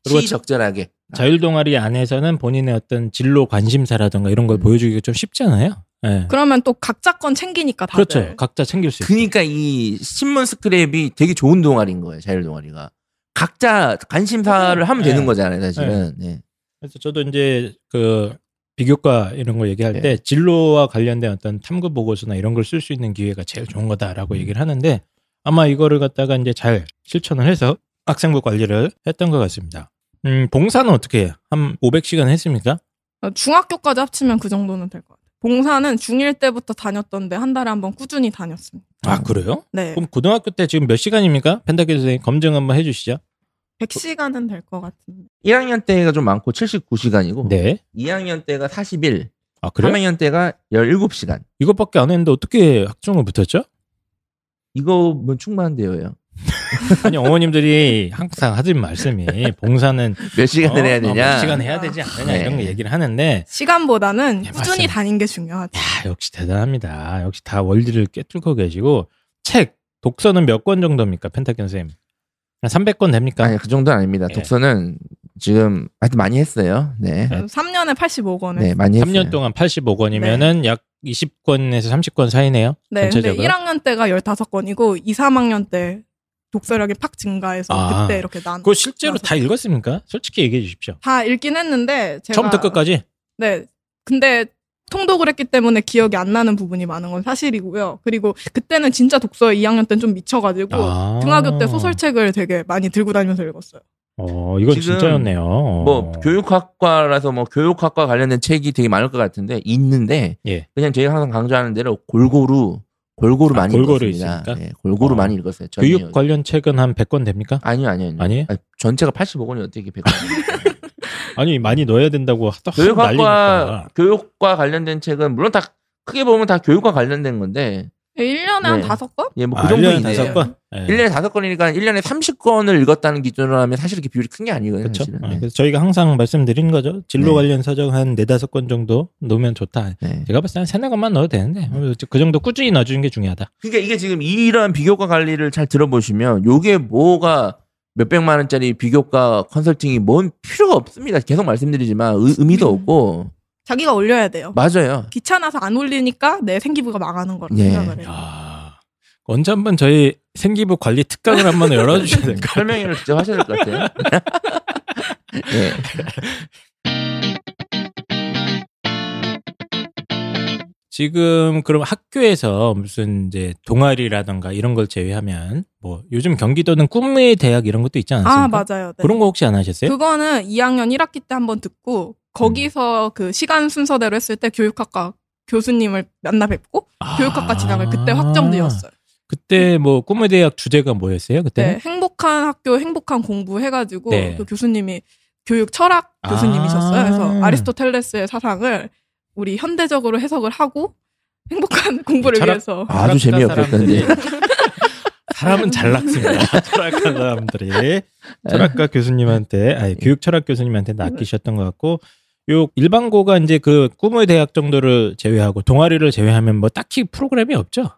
Speaker 1: 그리고
Speaker 3: 시적절하게
Speaker 1: 자율 동아리 안에서는 본인의 어떤 진로 관심사라든가 이런 걸
Speaker 3: 음.
Speaker 1: 보여주기가 좀 쉽잖아요. 예.
Speaker 2: 그러면 또 각자 건 챙기니까 다들
Speaker 1: 그렇죠. 각자 챙길 수 있고.
Speaker 3: 그러니까 이 신문 스크랩이 되게 좋은 동아리인 거예요. 자율 동아리가 각자 관심사를 하면
Speaker 1: 네.
Speaker 3: 되는 거잖아요. 사실은 네.
Speaker 1: 그래서 저도 이제 그 비교과 이런 거 얘기할
Speaker 3: 네.
Speaker 1: 때 진로와 관련된 어떤 탐구 보고서나 이런 걸 쓸 수 있는 기회가 제일 좋은 거다라고 얘기를 하는데 아마 이거를 갖다가 이제 잘 실천을 해서 학생부 관리를 했던 것 같습니다. 음, 봉사는 어떻게 해요? 한 500시간 했습니까?
Speaker 2: 어, 중학교까지 합치면 그 정도는 될 것 같아요. 봉사는 중1 때부터 다녔던데 한 달에 한 번 꾸준히 다녔습니다.
Speaker 1: 아, 그래요?
Speaker 2: 네.
Speaker 1: 그럼 고등학교 때 지금 몇 시간입니까? 펜타키 선생님 검증 한번 해주시죠.
Speaker 2: 100시간은 될 것 같은데.
Speaker 3: 1학년 때가 좀 많고 79시간이고
Speaker 1: 네.
Speaker 3: 2학년 때가 41,
Speaker 1: 아, 그래요?
Speaker 3: 3학년 때가 17시간.
Speaker 1: 이것밖에 안 했는데 어떻게 학종을 붙였죠?
Speaker 3: 이거 뭐 충만대요예요.
Speaker 1: 아니, 어머님들이 항상 하신 말씀이 봉사는
Speaker 3: 몇 시간을
Speaker 1: 어,
Speaker 3: 해야
Speaker 1: 어,
Speaker 3: 되냐?
Speaker 1: 몇 시간 해야 되지 않느냐 이런 거
Speaker 3: 네.
Speaker 1: 얘기를 하는데
Speaker 2: 시간보다는
Speaker 1: 예,
Speaker 2: 꾸준히
Speaker 1: 맞습니다.
Speaker 2: 다닌 게 중요하죠.
Speaker 1: 야, 역시 대단합니다. 역시 다 원리를 꿰뚫고 계시고 책 독서는 몇 권 정도입니까, 펜타킨 선생님? 한 300권 됩니까?
Speaker 3: 아니 그 정도는 아닙니다.
Speaker 1: 예.
Speaker 3: 독서는 지금 하여튼 많이 했어요. 네,
Speaker 2: 3년에 85권에.
Speaker 3: 네 많이 했어요.
Speaker 1: 3년 동안 80권이면은 약 20권에서 30권 사이네요.
Speaker 2: 네, 근데
Speaker 1: 전체적으로.
Speaker 2: 1학년 때가 15건이고 2, 3학년 때 독서력이 팍 증가해서
Speaker 1: 아,
Speaker 2: 그때 이렇게 난.
Speaker 1: 그거 실제로
Speaker 2: 맞아.
Speaker 1: 다 읽었습니까? 솔직히 얘기해 주십시오.
Speaker 2: 다 읽긴 했는데 제가
Speaker 1: 처음부터 끝까지?
Speaker 2: 네. 근데 통독을 했기 때문에 기억이 안 나는 부분이 많은 건 사실이고요. 그리고 그때는 진짜 독서에 2학년 때는 좀 미쳐가지고
Speaker 1: 아.
Speaker 2: 중학교 때 소설책을 되게 많이 들고 다니면서 읽었어요.
Speaker 1: 어, 이건
Speaker 3: 지금
Speaker 1: 진짜였네요. 어.
Speaker 3: 뭐 교육학과라서 뭐 교육학과 관련된 책이 되게 많을 것 같은데 있는데
Speaker 1: 예.
Speaker 3: 그냥 제가 항상 강조하는 대로 골고루 골고루
Speaker 1: 아,
Speaker 3: 많이
Speaker 1: 골고루
Speaker 3: 읽었습니다.
Speaker 1: 있으니까?
Speaker 3: 예, 골고루
Speaker 1: 어.
Speaker 3: 많이 읽었어요. 저는
Speaker 1: 교육 관련 책은 한 100권 됩니까?
Speaker 3: 아니요, 아니요, 아니요.
Speaker 1: 아니에요?
Speaker 3: 아니, 전체가 85권이 어떻게 100권?
Speaker 1: 아니, 많이 넣어야 된다고 하도
Speaker 3: 교육학과
Speaker 1: 난리니까.
Speaker 3: 교육과 관련된 책은 물론 다 크게 보면 다 교육과 관련된 건데
Speaker 2: 1년에 한
Speaker 3: 네.
Speaker 2: 다섯 권?
Speaker 3: 예, 뭐
Speaker 1: 아,
Speaker 3: 그
Speaker 1: 1년에
Speaker 3: 정도인데
Speaker 1: 다섯 권? 예.
Speaker 3: 1년에 5권이니까 1년에 30권을 읽었다는 기준으로 하면 사실 이렇게 비율이 큰 게 아니거든요,
Speaker 1: 그렇죠.
Speaker 3: 사실은.
Speaker 1: 아,
Speaker 3: 네.
Speaker 1: 그래서 저희가 항상 말씀드린 거죠. 진로
Speaker 3: 네.
Speaker 1: 관련 서적 한 네다섯 권 정도 넣으면 좋다.
Speaker 3: 네.
Speaker 1: 제가 봤을 때한 세네 권만 넣어도 되는데 그 정도 꾸준히 넣어주는 게 중요하다.
Speaker 3: 그러니까 이게 지금 이런 비교과 관리를 잘 들어보시면 요게 뭐가 몇백만 원짜리 비교과 컨설팅이 뭔 필요가 없습니다. 계속 말씀드리지만 의, 의미도
Speaker 2: 음.
Speaker 3: 없고
Speaker 2: 자기가 올려야 돼요.
Speaker 3: 맞아요.
Speaker 2: 귀찮아서 안 올리니까 내 생기부가 망하는 거라고
Speaker 3: 예.
Speaker 2: 생각을 해요.
Speaker 1: 야, 언제 한번 저희 생기부 관리 특강을 한번 열어주셔야 될까?
Speaker 3: 설명회를 직접 하셔야 될 것 같아요. 예.
Speaker 1: 지금 그럼 학교에서 무슨 이제 동아리라던가 이런 걸 제외하면 뭐 요즘 경기도는 꿈의 대학 이런 것도 있지 않습니까?
Speaker 2: 아, 맞아요. 네.
Speaker 1: 그런 거 혹시 안 하셨어요?
Speaker 2: 그거는 2학년 1학기 때 한번 듣고
Speaker 1: 음.
Speaker 2: 거기서 그 시간 순서대로 했을 때 교육학과 교수님을 만나 뵙고
Speaker 1: 아.
Speaker 2: 교육학과 진학을 그때 확정되었어요.
Speaker 1: 그때 뭐 꿈의 대학 주제가 뭐였어요?
Speaker 2: 네,
Speaker 1: 그때?
Speaker 2: 행복한 학교, 행복한 공부 해가지고
Speaker 1: 네.
Speaker 2: 그 교수님이 교육 철학
Speaker 1: 아.
Speaker 2: 교수님이셨어요. 그래서 아리스토텔레스의 사상을 우리 현대적으로 해석을 하고 행복한 공부를
Speaker 1: 철학-
Speaker 2: 위해서
Speaker 3: 아주 재미없겠던데.
Speaker 1: 사람은 잘 났습니다. 철학과
Speaker 3: 네.
Speaker 1: 사람들이 철학과 교수님한테 아니 교육 철학 교수님한테 낚이셨던 것 같고 요 일반고가 이제 그 꿈의 대학 정도를 제외하고 동아리를 제외하면 뭐 딱히 프로그램이 없죠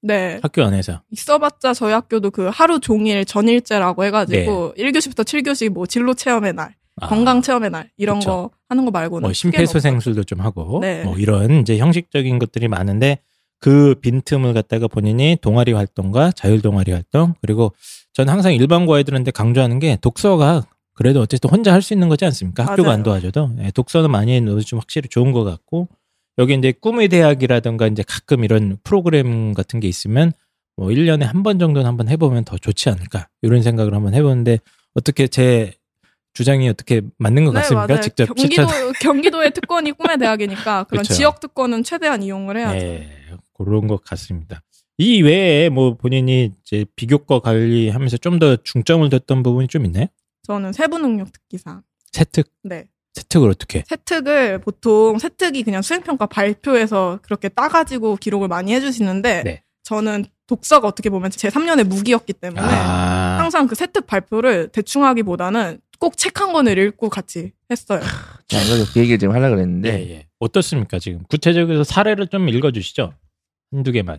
Speaker 2: 네
Speaker 1: 학교 안에서
Speaker 2: 있어봤자 저희 학교도 그 하루 종일 전일제라고 해가지고 1교시부터 7교시 뭐 진로 체험의 날,
Speaker 1: 네. 아,
Speaker 2: 건강 체험의 날 이런
Speaker 1: 그쵸.
Speaker 2: 거 하는 거 말고는
Speaker 1: 뭐
Speaker 2: 크게는
Speaker 1: 심폐소생술도 좀 하고
Speaker 2: 네.
Speaker 1: 뭐 이런 이제 형식적인 것들이 많은데 그 빈틈을 갖다가 본인이 동아리 활동과 자율 동아리 활동 그리고 저는 항상 일반고 아이들한테 강조하는 게 독서가 그래도 어쨌든 혼자 할 수 있는 거지 않습니까? 학교가
Speaker 2: 맞아요.
Speaker 1: 안 도와줘도 예, 독서는 많이 해놓으면 좀 확실히 좋은 것 같고 여기 이제 꿈의 대학이라든가 이제 가끔 이런 프로그램 같은 게 있으면 뭐 1년에 한 번 정도는 한번 해보면 더 좋지 않을까 이런 생각을 한번 해보는데 어떻게 제 주장이 어떻게 맞는 것
Speaker 2: 네,
Speaker 1: 같습니까?
Speaker 2: 맞아요.
Speaker 1: 직접
Speaker 2: 경기도
Speaker 1: 실천
Speaker 2: 경기도의 특권이 꿈의 대학이니까 그런
Speaker 1: 그쵸.
Speaker 2: 지역 특권은 최대한 이용을 해야죠.
Speaker 1: 네, 그런 것 같습니다. 이 외에 뭐 본인이 이제 비교과 관리하면서 좀 더 중점을 뒀던 부분이 좀 있나요?
Speaker 2: 저는 세부능력 특기상
Speaker 1: 세특,
Speaker 2: 네
Speaker 1: 세특을 어떻게?
Speaker 2: 세특을 보통 세특이 그냥 수행평가 발표에서 그렇게 따가지고 기록을 많이 해주시는데
Speaker 1: 네.
Speaker 2: 저는 독서가 어떻게 보면 제 3년의 무기였기 때문에
Speaker 1: 아,
Speaker 2: 네. 항상 그 세특 발표를 대충 하기보다는 꼭 책 한 권을 읽고 같이 했어요.
Speaker 3: 자, 그래서 그 얘기를 지금 하려고
Speaker 1: 예,
Speaker 3: 그랬는데
Speaker 1: 예. 어떻습니까 지금? 구체적으로 사례를 좀 읽어주시죠. 한두 개만.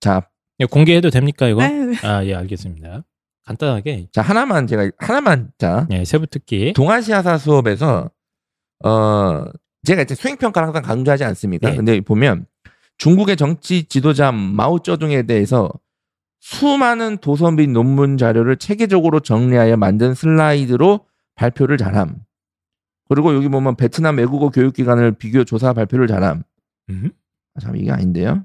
Speaker 3: 자,
Speaker 1: 이거 공개해도 됩니까 이거?
Speaker 2: 네, 네.
Speaker 1: 아, 예, 알겠습니다. 간단하게
Speaker 3: 자 하나만 제가 하나만 자
Speaker 1: 예, 세부특기.
Speaker 3: 동아시아사 수업에서 어 제가 이제 수행 평가를 항상 강조하지 않습니까?
Speaker 1: 예.
Speaker 3: 근데 보면 중국의 정치 지도자 마오쩌둥에 대해서 수많은 도서 및 논문 자료를 체계적으로 정리하여 만든 슬라이드로 발표를 잘함. 그리고 여기 보면 베트남 외국어 교육기관을 비교 조사 발표를 잘함.
Speaker 1: 음?
Speaker 3: 아, 참 이게 아닌데요.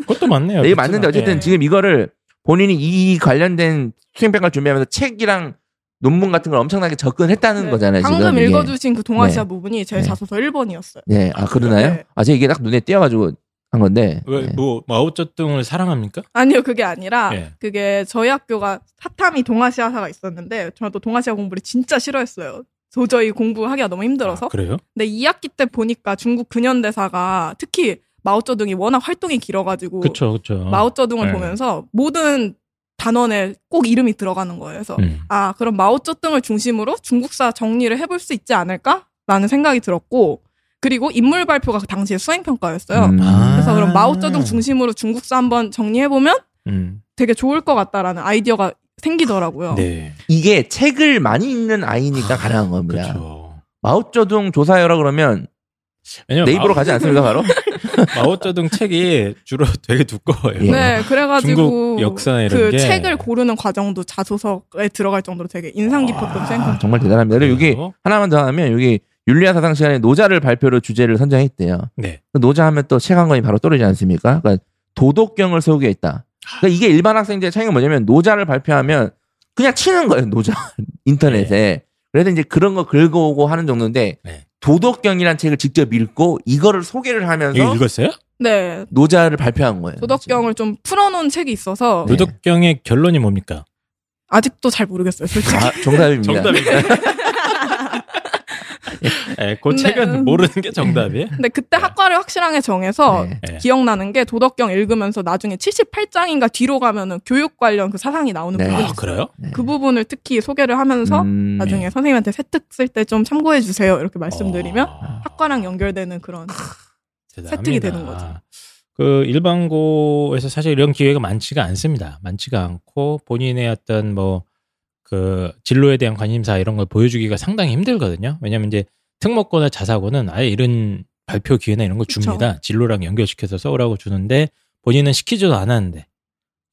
Speaker 1: 그것도 맞네요.
Speaker 3: 이게 맞는데 어쨌든
Speaker 1: 예.
Speaker 3: 지금 이거를 본인이 이 관련된 수행평가를 준비하면서 책이랑 논문 같은 걸 엄청나게 접근했다는
Speaker 2: 네.
Speaker 3: 거잖아요.
Speaker 2: 방금
Speaker 3: 지금 이게.
Speaker 2: 읽어주신 그 동아시아
Speaker 3: 네.
Speaker 2: 부분이 제
Speaker 3: 네.
Speaker 2: 자소서 1번이었어요.
Speaker 3: 네, 아 그러나요?
Speaker 2: 네.
Speaker 3: 아 제가 이게 딱 눈에 띄어가지고 한 건데.
Speaker 1: 왜,
Speaker 3: 네.
Speaker 1: 뭐 마오쩌둥을 사랑합니까?
Speaker 2: 아니요, 그게 아니라
Speaker 1: 예.
Speaker 2: 그게 저희 학교가 사탐이 동아시아사가 있었는데 저는 또 동아시아 공부를 진짜 싫어했어요. 도저히 공부하기가 너무 힘들어서.
Speaker 1: 아, 그래요?
Speaker 2: 근데 2학기 때 보니까 중국 근현대사가 특히 마오쩌둥이 워낙 활동이 길어가지고
Speaker 1: 그렇죠, 그렇죠.
Speaker 2: 뭐 마오쩌둥을
Speaker 1: 네.
Speaker 2: 보면서 모든 단원에 꼭 이름이 들어가는 거예요. 그래서
Speaker 1: 음.
Speaker 2: 아 그럼 마오쩌둥을 중심으로 중국사 정리를 해볼 수 있지 않을까라는 생각이 들었고 그리고 인물 발표가 그 당시에 수행평가였어요.
Speaker 3: 음.
Speaker 2: 그래서 그럼
Speaker 1: 아.
Speaker 2: 마오쩌둥 중심으로 중국사 한번 정리해 보면
Speaker 1: 음.
Speaker 2: 되게 좋을 것 같다라는 아이디어가 생기더라고요.
Speaker 1: 네,
Speaker 3: 이게 책을 많이 읽는 아이니까 가능한 겁니다.
Speaker 1: 그렇죠.
Speaker 3: 마오쩌둥 조사여라 그러면
Speaker 1: 왜냐면
Speaker 3: 네이버로 가지 않습니까 바로?
Speaker 1: 마오, 쩌둥 책이 주로 되게 두꺼워요.
Speaker 3: 예.
Speaker 2: 네, 그래가지고
Speaker 1: 중국 역사 이런
Speaker 2: 그
Speaker 1: 게
Speaker 2: 책을 고르는 과정도 자소서에 들어갈 정도로 되게 인상 깊었던
Speaker 3: 아,
Speaker 2: 생각.
Speaker 3: 정말 대단합니다. 그리고
Speaker 1: 네.
Speaker 3: 여기 하나만 더 하면 여기 윤리아 사상 시간에 노자를 발표로 주제를 선정했대요.
Speaker 1: 네.
Speaker 3: 그 노자 하면 또 책 한 권이 바로 떠오르지 않습니까? 그러니까 도덕경을 세우게 했다. 그러니까 이게 일반 학생들의 차이가 뭐냐면 노자를 발표하면 그냥 치는 거예요. 노자 인터넷에. 그래서 이제 그런 거 긁어오고 하는 정도인데
Speaker 1: 네.
Speaker 3: 도덕경이라는 책을 직접 읽고 이거를 소개를 하면서
Speaker 1: 이거 읽었어요?
Speaker 2: 네,
Speaker 3: 노자를 발표한 거예요.
Speaker 2: 도덕경을 좀 풀어놓은 책이 있어서
Speaker 3: 네.
Speaker 1: 도덕경의 결론이 뭡니까?
Speaker 2: 아직도 잘 모르겠어요. 솔직히.
Speaker 3: 아, 정답입니다.
Speaker 1: 네, 그
Speaker 2: 근데,
Speaker 1: 책은
Speaker 2: 음.
Speaker 1: 모르는 게 정답이에요.
Speaker 2: 근데 그때 학과를 확실하게 정해서
Speaker 3: 네.
Speaker 1: 네.
Speaker 2: 기억나는 게 도덕경 읽으면서 나중에 78장인가 뒤로 가면은 교육 관련 그 사상이 나오는
Speaker 3: 네.
Speaker 2: 부분.
Speaker 1: 아 그래요?
Speaker 2: 그 부분을 특히 소개를 하면서
Speaker 3: 음,
Speaker 2: 나중에 선생님한테 세특 쓸 때 좀 참고해 주세요. 이렇게 말씀드리면
Speaker 1: 어,
Speaker 2: 학과랑 연결되는 그런
Speaker 1: 대단합니다.
Speaker 2: 세팅이 되는 거죠.
Speaker 1: 그 일반고에서 사실 이런 기회가 많지가 않습니다. 많지가 않고 본인의 어떤 뭐 그 진로에 대한 관심사 이런 걸 보여주기가 상당히 힘들거든요. 왜냐면 이제 특목고나 자사고는 아예 이런 발표 기회나 이런 걸
Speaker 2: 그쵸.
Speaker 1: 줍니다. 진로랑 연결시켜서 써오라고 주는데 본인은 시키지도 않았는데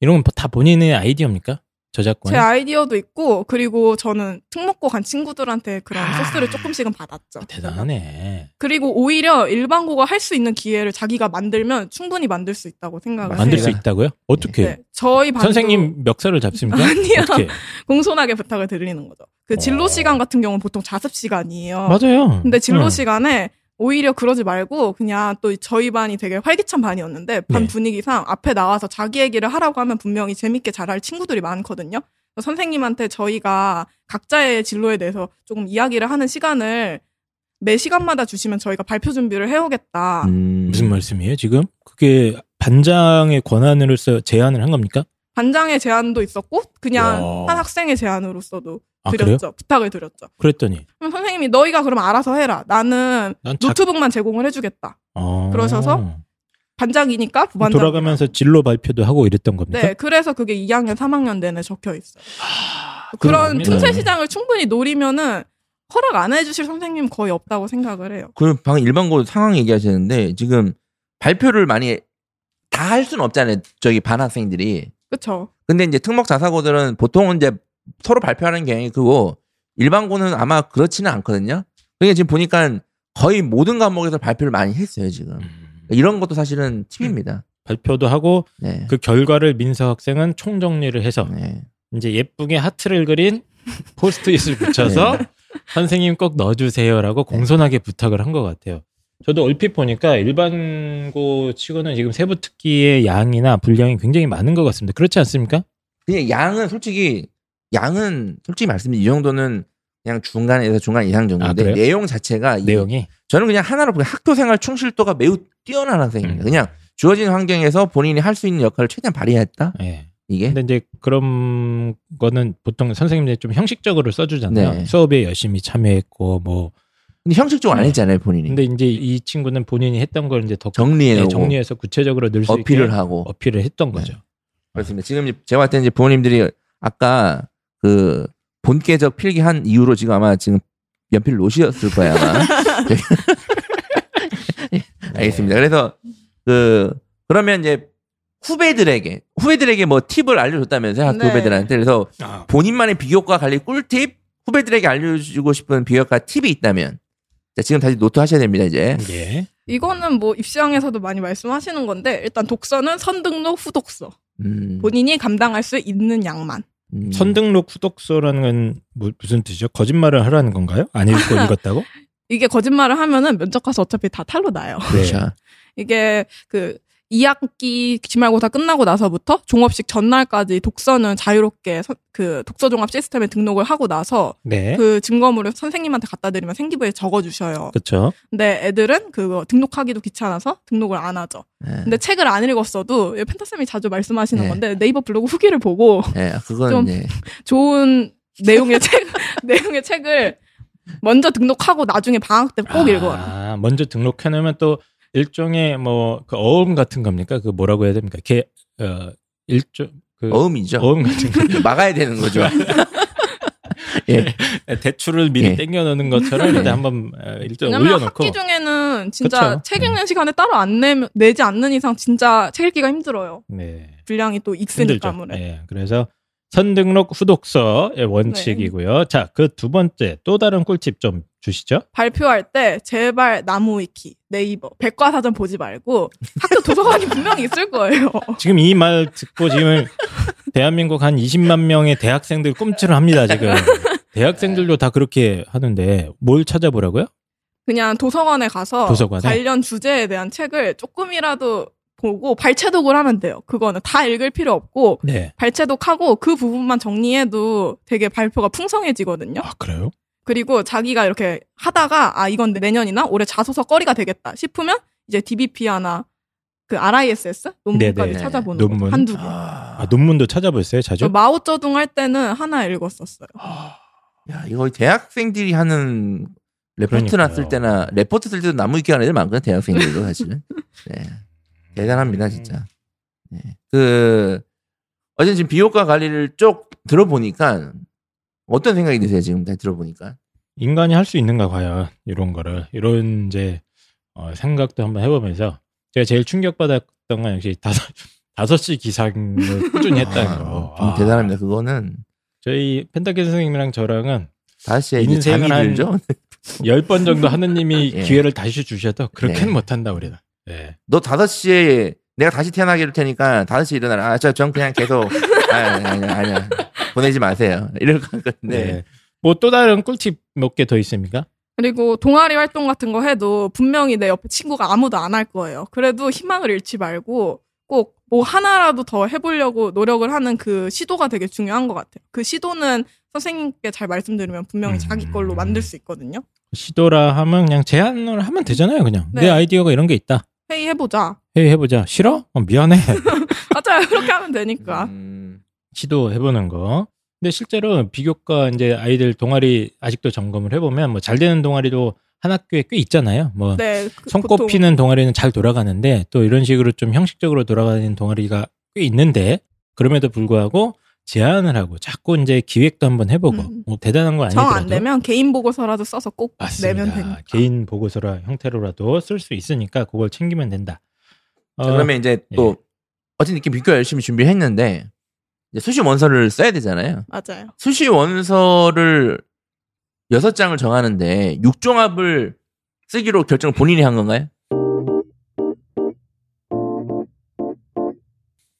Speaker 1: 이런 건 다 본인의 아이디어입니까? 저작권?
Speaker 2: 제 아이디어도 있고 그리고 저는 특목고 간 친구들한테 그런 소스를 조금씩은 받았죠.
Speaker 1: 대단하네.
Speaker 2: 그리고 오히려 일반고가 할 수 있는 기회를 자기가 만들면 충분히 만들 수 있다고 생각을
Speaker 1: 만들 수
Speaker 3: 맞습니다.
Speaker 1: 있다고요? 어떻게?
Speaker 2: 네, 저희 반도
Speaker 1: 선생님 멱살을 잡습니까?
Speaker 2: 아니요.
Speaker 1: 어떻게?
Speaker 2: 공손하게 부탁을 드리는 거죠. 그 진로
Speaker 1: 어.
Speaker 2: 시간 같은 경우는 보통 자습 시간이에요.
Speaker 1: 맞아요.
Speaker 2: 어.
Speaker 1: 음. 어.
Speaker 2: 근데 진로
Speaker 1: 응.
Speaker 2: 시간에 오히려 그러지 말고 그냥 또 저희 반이 되게 활기찬 반이었는데 반
Speaker 1: 네.
Speaker 2: 분위기상 앞에 나와서 자기 얘기를 하라고 하면 분명히 재밌게 잘할 친구들이 많거든요. 그래서 선생님한테 저희가 각자의 진로에 대해서 조금 이야기를 하는 시간을 매 시간마다 주시면 저희가 발표 준비를 해오겠다.
Speaker 3: 음,
Speaker 1: 무슨 말씀이에요 지금? 그게 반장의 권한으로서 제안을 한 겁니까?
Speaker 2: 반장의 제안도 있었고 그냥
Speaker 1: 와.
Speaker 2: 한 학생의 제안으로서도
Speaker 1: 아 그래요?
Speaker 2: 드렸죠. 부탁을 드렸죠.
Speaker 1: 그랬더니
Speaker 2: 그럼 선생님이 너희가 그럼 알아서 해라. 나는
Speaker 1: 난 자-
Speaker 2: 노트북만 제공을 해주겠다.
Speaker 1: 어.
Speaker 2: 그러셔서 반장이니까 부반장.
Speaker 1: 돌아가면서 진로 발표도 하고 이랬던 겁니까?
Speaker 2: 네, 그래서 그게 2학년, 3학년 내내 적혀 있어요.
Speaker 1: 아, 그런
Speaker 2: 그런
Speaker 1: 의미는-
Speaker 2: 특채 시장을 충분히 노리면은 허락 안 해주실 선생님 거의 없다고 생각을 해요.
Speaker 3: 그 방금 일반고 상황 얘기하시는데 지금 발표를 많이 다 할 수는 없잖아요. 저기 반 학생들이.
Speaker 2: 그쵸?
Speaker 3: 근데 이제 특목 자사고들은 보통은 이제 서로 발표하는 경향이 크고 일반고는 아마 그렇지는 않거든요. 그러니까 지금 보니까 거의 모든 과목에서 발표를 많이 했어요 지금. 그러니까
Speaker 1: 음.
Speaker 3: 이런 것도 사실은 팁입니다.
Speaker 1: 발표도 하고
Speaker 3: 네.
Speaker 1: 그 결과를 민서 학생은 총정리를 해서
Speaker 3: 네.
Speaker 1: 이제 예쁘게 하트를 그린 포스트잇을 붙여서 선생님 꼭 넣어주세요라고 공손하게 부탁을 한 것 같아요. 저도 얼핏 보니까 일반고 치고는 지금 세부 특기의 양이나 분량이 굉장히 많은 것 같습니다. 그렇지 않습니까?
Speaker 3: 그냥 양은 솔직히 양은 솔직히 말씀드리면 이 정도는 그냥 중간에서 중간 이상
Speaker 1: 아,
Speaker 3: 정도인데
Speaker 1: 그래요?
Speaker 3: 내용 자체가 이-
Speaker 1: 내용이
Speaker 3: 저는 그냥 하나로 보면 학교 생활 충실도가 매우 뛰어난 학생입니다.
Speaker 1: 음.
Speaker 3: 그냥 주어진 환경에서 본인이 할 수 있는 역할을 최대한 발휘했다.
Speaker 1: 예.
Speaker 3: 이게
Speaker 1: 근데 이제 그런 거는 보통 선생님들이 좀 형식적으로 써주잖아요.
Speaker 3: 네.
Speaker 1: 수업에 열심히 참여했고 뭐.
Speaker 3: 근데 형식적으로 안 했잖아요 본인이.
Speaker 1: 네. 근데 이제 이 친구는 본인이 했던 걸 이제 더
Speaker 3: 네. 정리해
Speaker 1: 예,
Speaker 3: 놓고
Speaker 1: 정리해서 구체적으로 늘 수
Speaker 3: 어필을
Speaker 1: 있게
Speaker 3: 하고 네.
Speaker 1: 어필을 했던 거죠.
Speaker 3: 그렇습니다. 지금 이제 제가 봤을 때 이제 부모님들이 아까 그 본계적 필기 한 이후로 지금 아마 지금 연필 놓으셨을 거예요 아마. 네.
Speaker 1: 네.
Speaker 3: 알겠습니다. 그래서 그 그러면 이제 후배들에게 후배들에게 뭐 팁을 알려줬다면서요 학교
Speaker 2: 네.
Speaker 3: 후배들한테 그래서
Speaker 1: 아,
Speaker 3: 본인만의 비교과 관리 꿀팁 후배들에게 알려주고 싶은 비교과 팁이 있다면 자, 지금 다시 노트 하셔야 됩니다 이제
Speaker 1: 예.
Speaker 2: 이거는 뭐 입시왕에서도 많이 말씀하시는 건데 일단 독서는 선등록 후독서
Speaker 3: 음,
Speaker 2: 본인이 감당할 수 있는 양만
Speaker 3: 음.
Speaker 1: 선등록 후독서라는 건 무- 무슨 뜻이죠? 거짓말을 하라는 건가요? 안 읽고 읽었다고?
Speaker 2: 이게 거짓말을 하면은 면접 가서 어차피 다 탈로 나요.
Speaker 3: 그렇죠.
Speaker 2: 이게 그 2학기 기말고사 끝나고 나서부터 종업식 전날까지 독서는 자유롭게 선- 그 독서 종합 시스템에 등록을 하고 나서
Speaker 1: 네.
Speaker 2: 그 증거물을 선생님한테 갖다 드리면 생기부에 적어주셔요.
Speaker 1: 그렇죠.
Speaker 2: 근데 애들은 그거 등록하기도 귀찮아서 등록을 안 하죠.
Speaker 3: 네.
Speaker 2: 근데 책을 안 읽었어도 예, 펜타쌤이 자주 말씀하시는
Speaker 3: 네.
Speaker 2: 건데 네이버 블로그 후기를 보고
Speaker 3: 네, 그건
Speaker 2: 좀
Speaker 3: 네.
Speaker 2: 좋은 내용의 책, 내용의 책을 먼저 등록하고 나중에 방학 때 꼭 읽어라.
Speaker 1: 아, 먼저 등록해 놓으면 또 일종의 뭐 그 어음 같은 겁니까? 그 뭐라고 해야 됩니까? 개 어, 일종 그
Speaker 3: 어음이죠.
Speaker 1: 어음 같은 거.
Speaker 3: 막아야 되는 거죠. 예.
Speaker 1: 대출을 미리
Speaker 3: 예.
Speaker 1: 땡겨 놓는 것처럼
Speaker 3: 예.
Speaker 1: 일단 한번 어, 일단
Speaker 2: 왜냐면
Speaker 1: 올려 놓고
Speaker 2: 학기 중에는 보면은 진짜
Speaker 1: 그쵸. 음.
Speaker 2: 책 읽는 시간에 따로 안 내, 내지 않는 이상 진짜 책 읽기가 힘들어요.
Speaker 1: 네.
Speaker 2: 분량이 또 익으니까
Speaker 1: 힘들죠.
Speaker 2: 아무래도.
Speaker 1: 예. 그래서 선등록 후독서의 원칙이고요.
Speaker 2: 네.
Speaker 1: 자, 그 두 번째 또 다른 꿀팁 좀 주시죠.
Speaker 2: 발표할 때 제발 나무위키, 네이버, 백과사전 보지 말고 학교 도서관이 분명히 있을 거예요.
Speaker 1: 지금 이 말 듣고 지금 대한민국 한 20만 명의 대학생들 꿈틀을 합니다, 지금. 대학생들도 다 그렇게 하는데 뭘 찾아보라고요?
Speaker 2: 그냥 도서관에 가서
Speaker 1: 도서관에?
Speaker 2: 관련 주제에 대한 책을 조금이라도 보고 발췌독을 하면 돼요. 그거는 다 읽을 필요 없고
Speaker 1: 네.
Speaker 2: 발췌독하고 그 부분만 정리해도 되게 발표가 풍성해지거든요.
Speaker 1: 아, 그래요?
Speaker 2: 그리고 자기가 이렇게 하다가 아 이건 내년이나 올해 자소서 거리가 되겠다 싶으면 이제 DBP 하나 그 RISS 논문까지
Speaker 1: 네네.
Speaker 2: 찾아보는
Speaker 1: 논문.
Speaker 2: 거 한두 개.
Speaker 3: 아,
Speaker 1: 아, 논문도 찾아보셨어요,
Speaker 2: 저
Speaker 1: 자주?
Speaker 2: 마오쩌둥 할 때는 하나 읽었었어요.
Speaker 3: 야, 이거 대학생들이 하는 레포트나
Speaker 1: 그러니까요.
Speaker 3: 쓸 때나 레포트 쓸 때도 나무 위키 하는 애들 많거든 대학생들도 사실은. 네. 대단합니다 진짜. 네. 그 어제 지금 비효과 관리를 쭉 들어보니까 어떤 생각이 드세요 지금 다 들어보니까?
Speaker 1: 인간이 할 수 있는가 과연 이런 거를 이런 이제 어, 생각도 한번 해보면서 제가 제일 충격받았던 건 역시 다섯 다섯 시 기상을 꾸준히 했다는 거.
Speaker 3: 아, 좀
Speaker 1: 아,
Speaker 3: 대단합니다. 그거는
Speaker 1: 저희 펜타키 선생님이랑 저랑은
Speaker 3: 다시 이제 잠이
Speaker 1: 인생을 한-
Speaker 3: 들죠.
Speaker 1: 열 번 정도 하느님이
Speaker 3: 예.
Speaker 1: 기회를 다시 주셔도 그렇게는
Speaker 3: 네.
Speaker 1: 못한다 우리는. 예.
Speaker 3: 너 5시에 내가 다시 태어나게 될 테니까 5시에 일어나라. 아, 저, 전 그냥 계속. 아, 아니, 아니, 아니. 보내지 마세요. 이럴 것 같은데.
Speaker 1: 네. 뭐 또 다른 꿀팁 몇 개 더 있습니까?
Speaker 2: 그리고 동아리 활동 같은 거 해도 분명히 내 옆에 친구가 아무도 안 할 거예요. 그래도 희망을 잃지 말고 꼭 뭐 하나라도 더 해보려고 노력을 하는 그 시도가 되게 중요한 것 같아요. 그 시도는 선생님께 잘 말씀드리면 분명히 자기
Speaker 1: 음.
Speaker 2: 걸로 만들 수 있거든요.
Speaker 1: 시도라 하면 그냥 제안을 하면 되잖아요, 그냥.
Speaker 2: 네.
Speaker 1: 내 아이디어가 이런 게 있다.
Speaker 2: 회의해보자.
Speaker 1: 회의 해보자. 싫어? 어, 미안해.
Speaker 2: 맞아요. 그렇게 하면 되니까.
Speaker 3: 음,
Speaker 1: 시도해보는 거. 근데 실제로 비교과 이제 아이들 동아리 아직도 점검을 해보면 뭐 잘 되는 동아리도 한 학교에 꽤 있잖아요. 뭐
Speaker 2: 네. 그- 보통-
Speaker 1: 손꼽히는 동아리는 잘 돌아가는데 또 이런 식으로 좀 형식적으로 돌아가는 동아리가 꽤 있는데 그럼에도 불구하고 제안을 하고 자꾸 이제 기획도 한번 해보고
Speaker 2: 음.
Speaker 1: 뭐 대단한 거
Speaker 2: 정
Speaker 1: 아니더라도
Speaker 2: 안 되면 개인 보고서라도 써서 꼭
Speaker 1: 맞습니다.
Speaker 2: 내면 되니까.
Speaker 1: 개인 보고서라 형태로라도 쓸 수 있으니까 그걸 챙기면 된다. 어, 예.
Speaker 3: 자, 그러면 이제 또, 어쨌든 이렇게 비교 열심히 준비했는데, 이제 수시 원서를 써야 되잖아요.
Speaker 2: 맞아요.
Speaker 3: 수시 원서를 6장을 정하는데, 6종합을 쓰기로 결정을 본인이 한 건가요?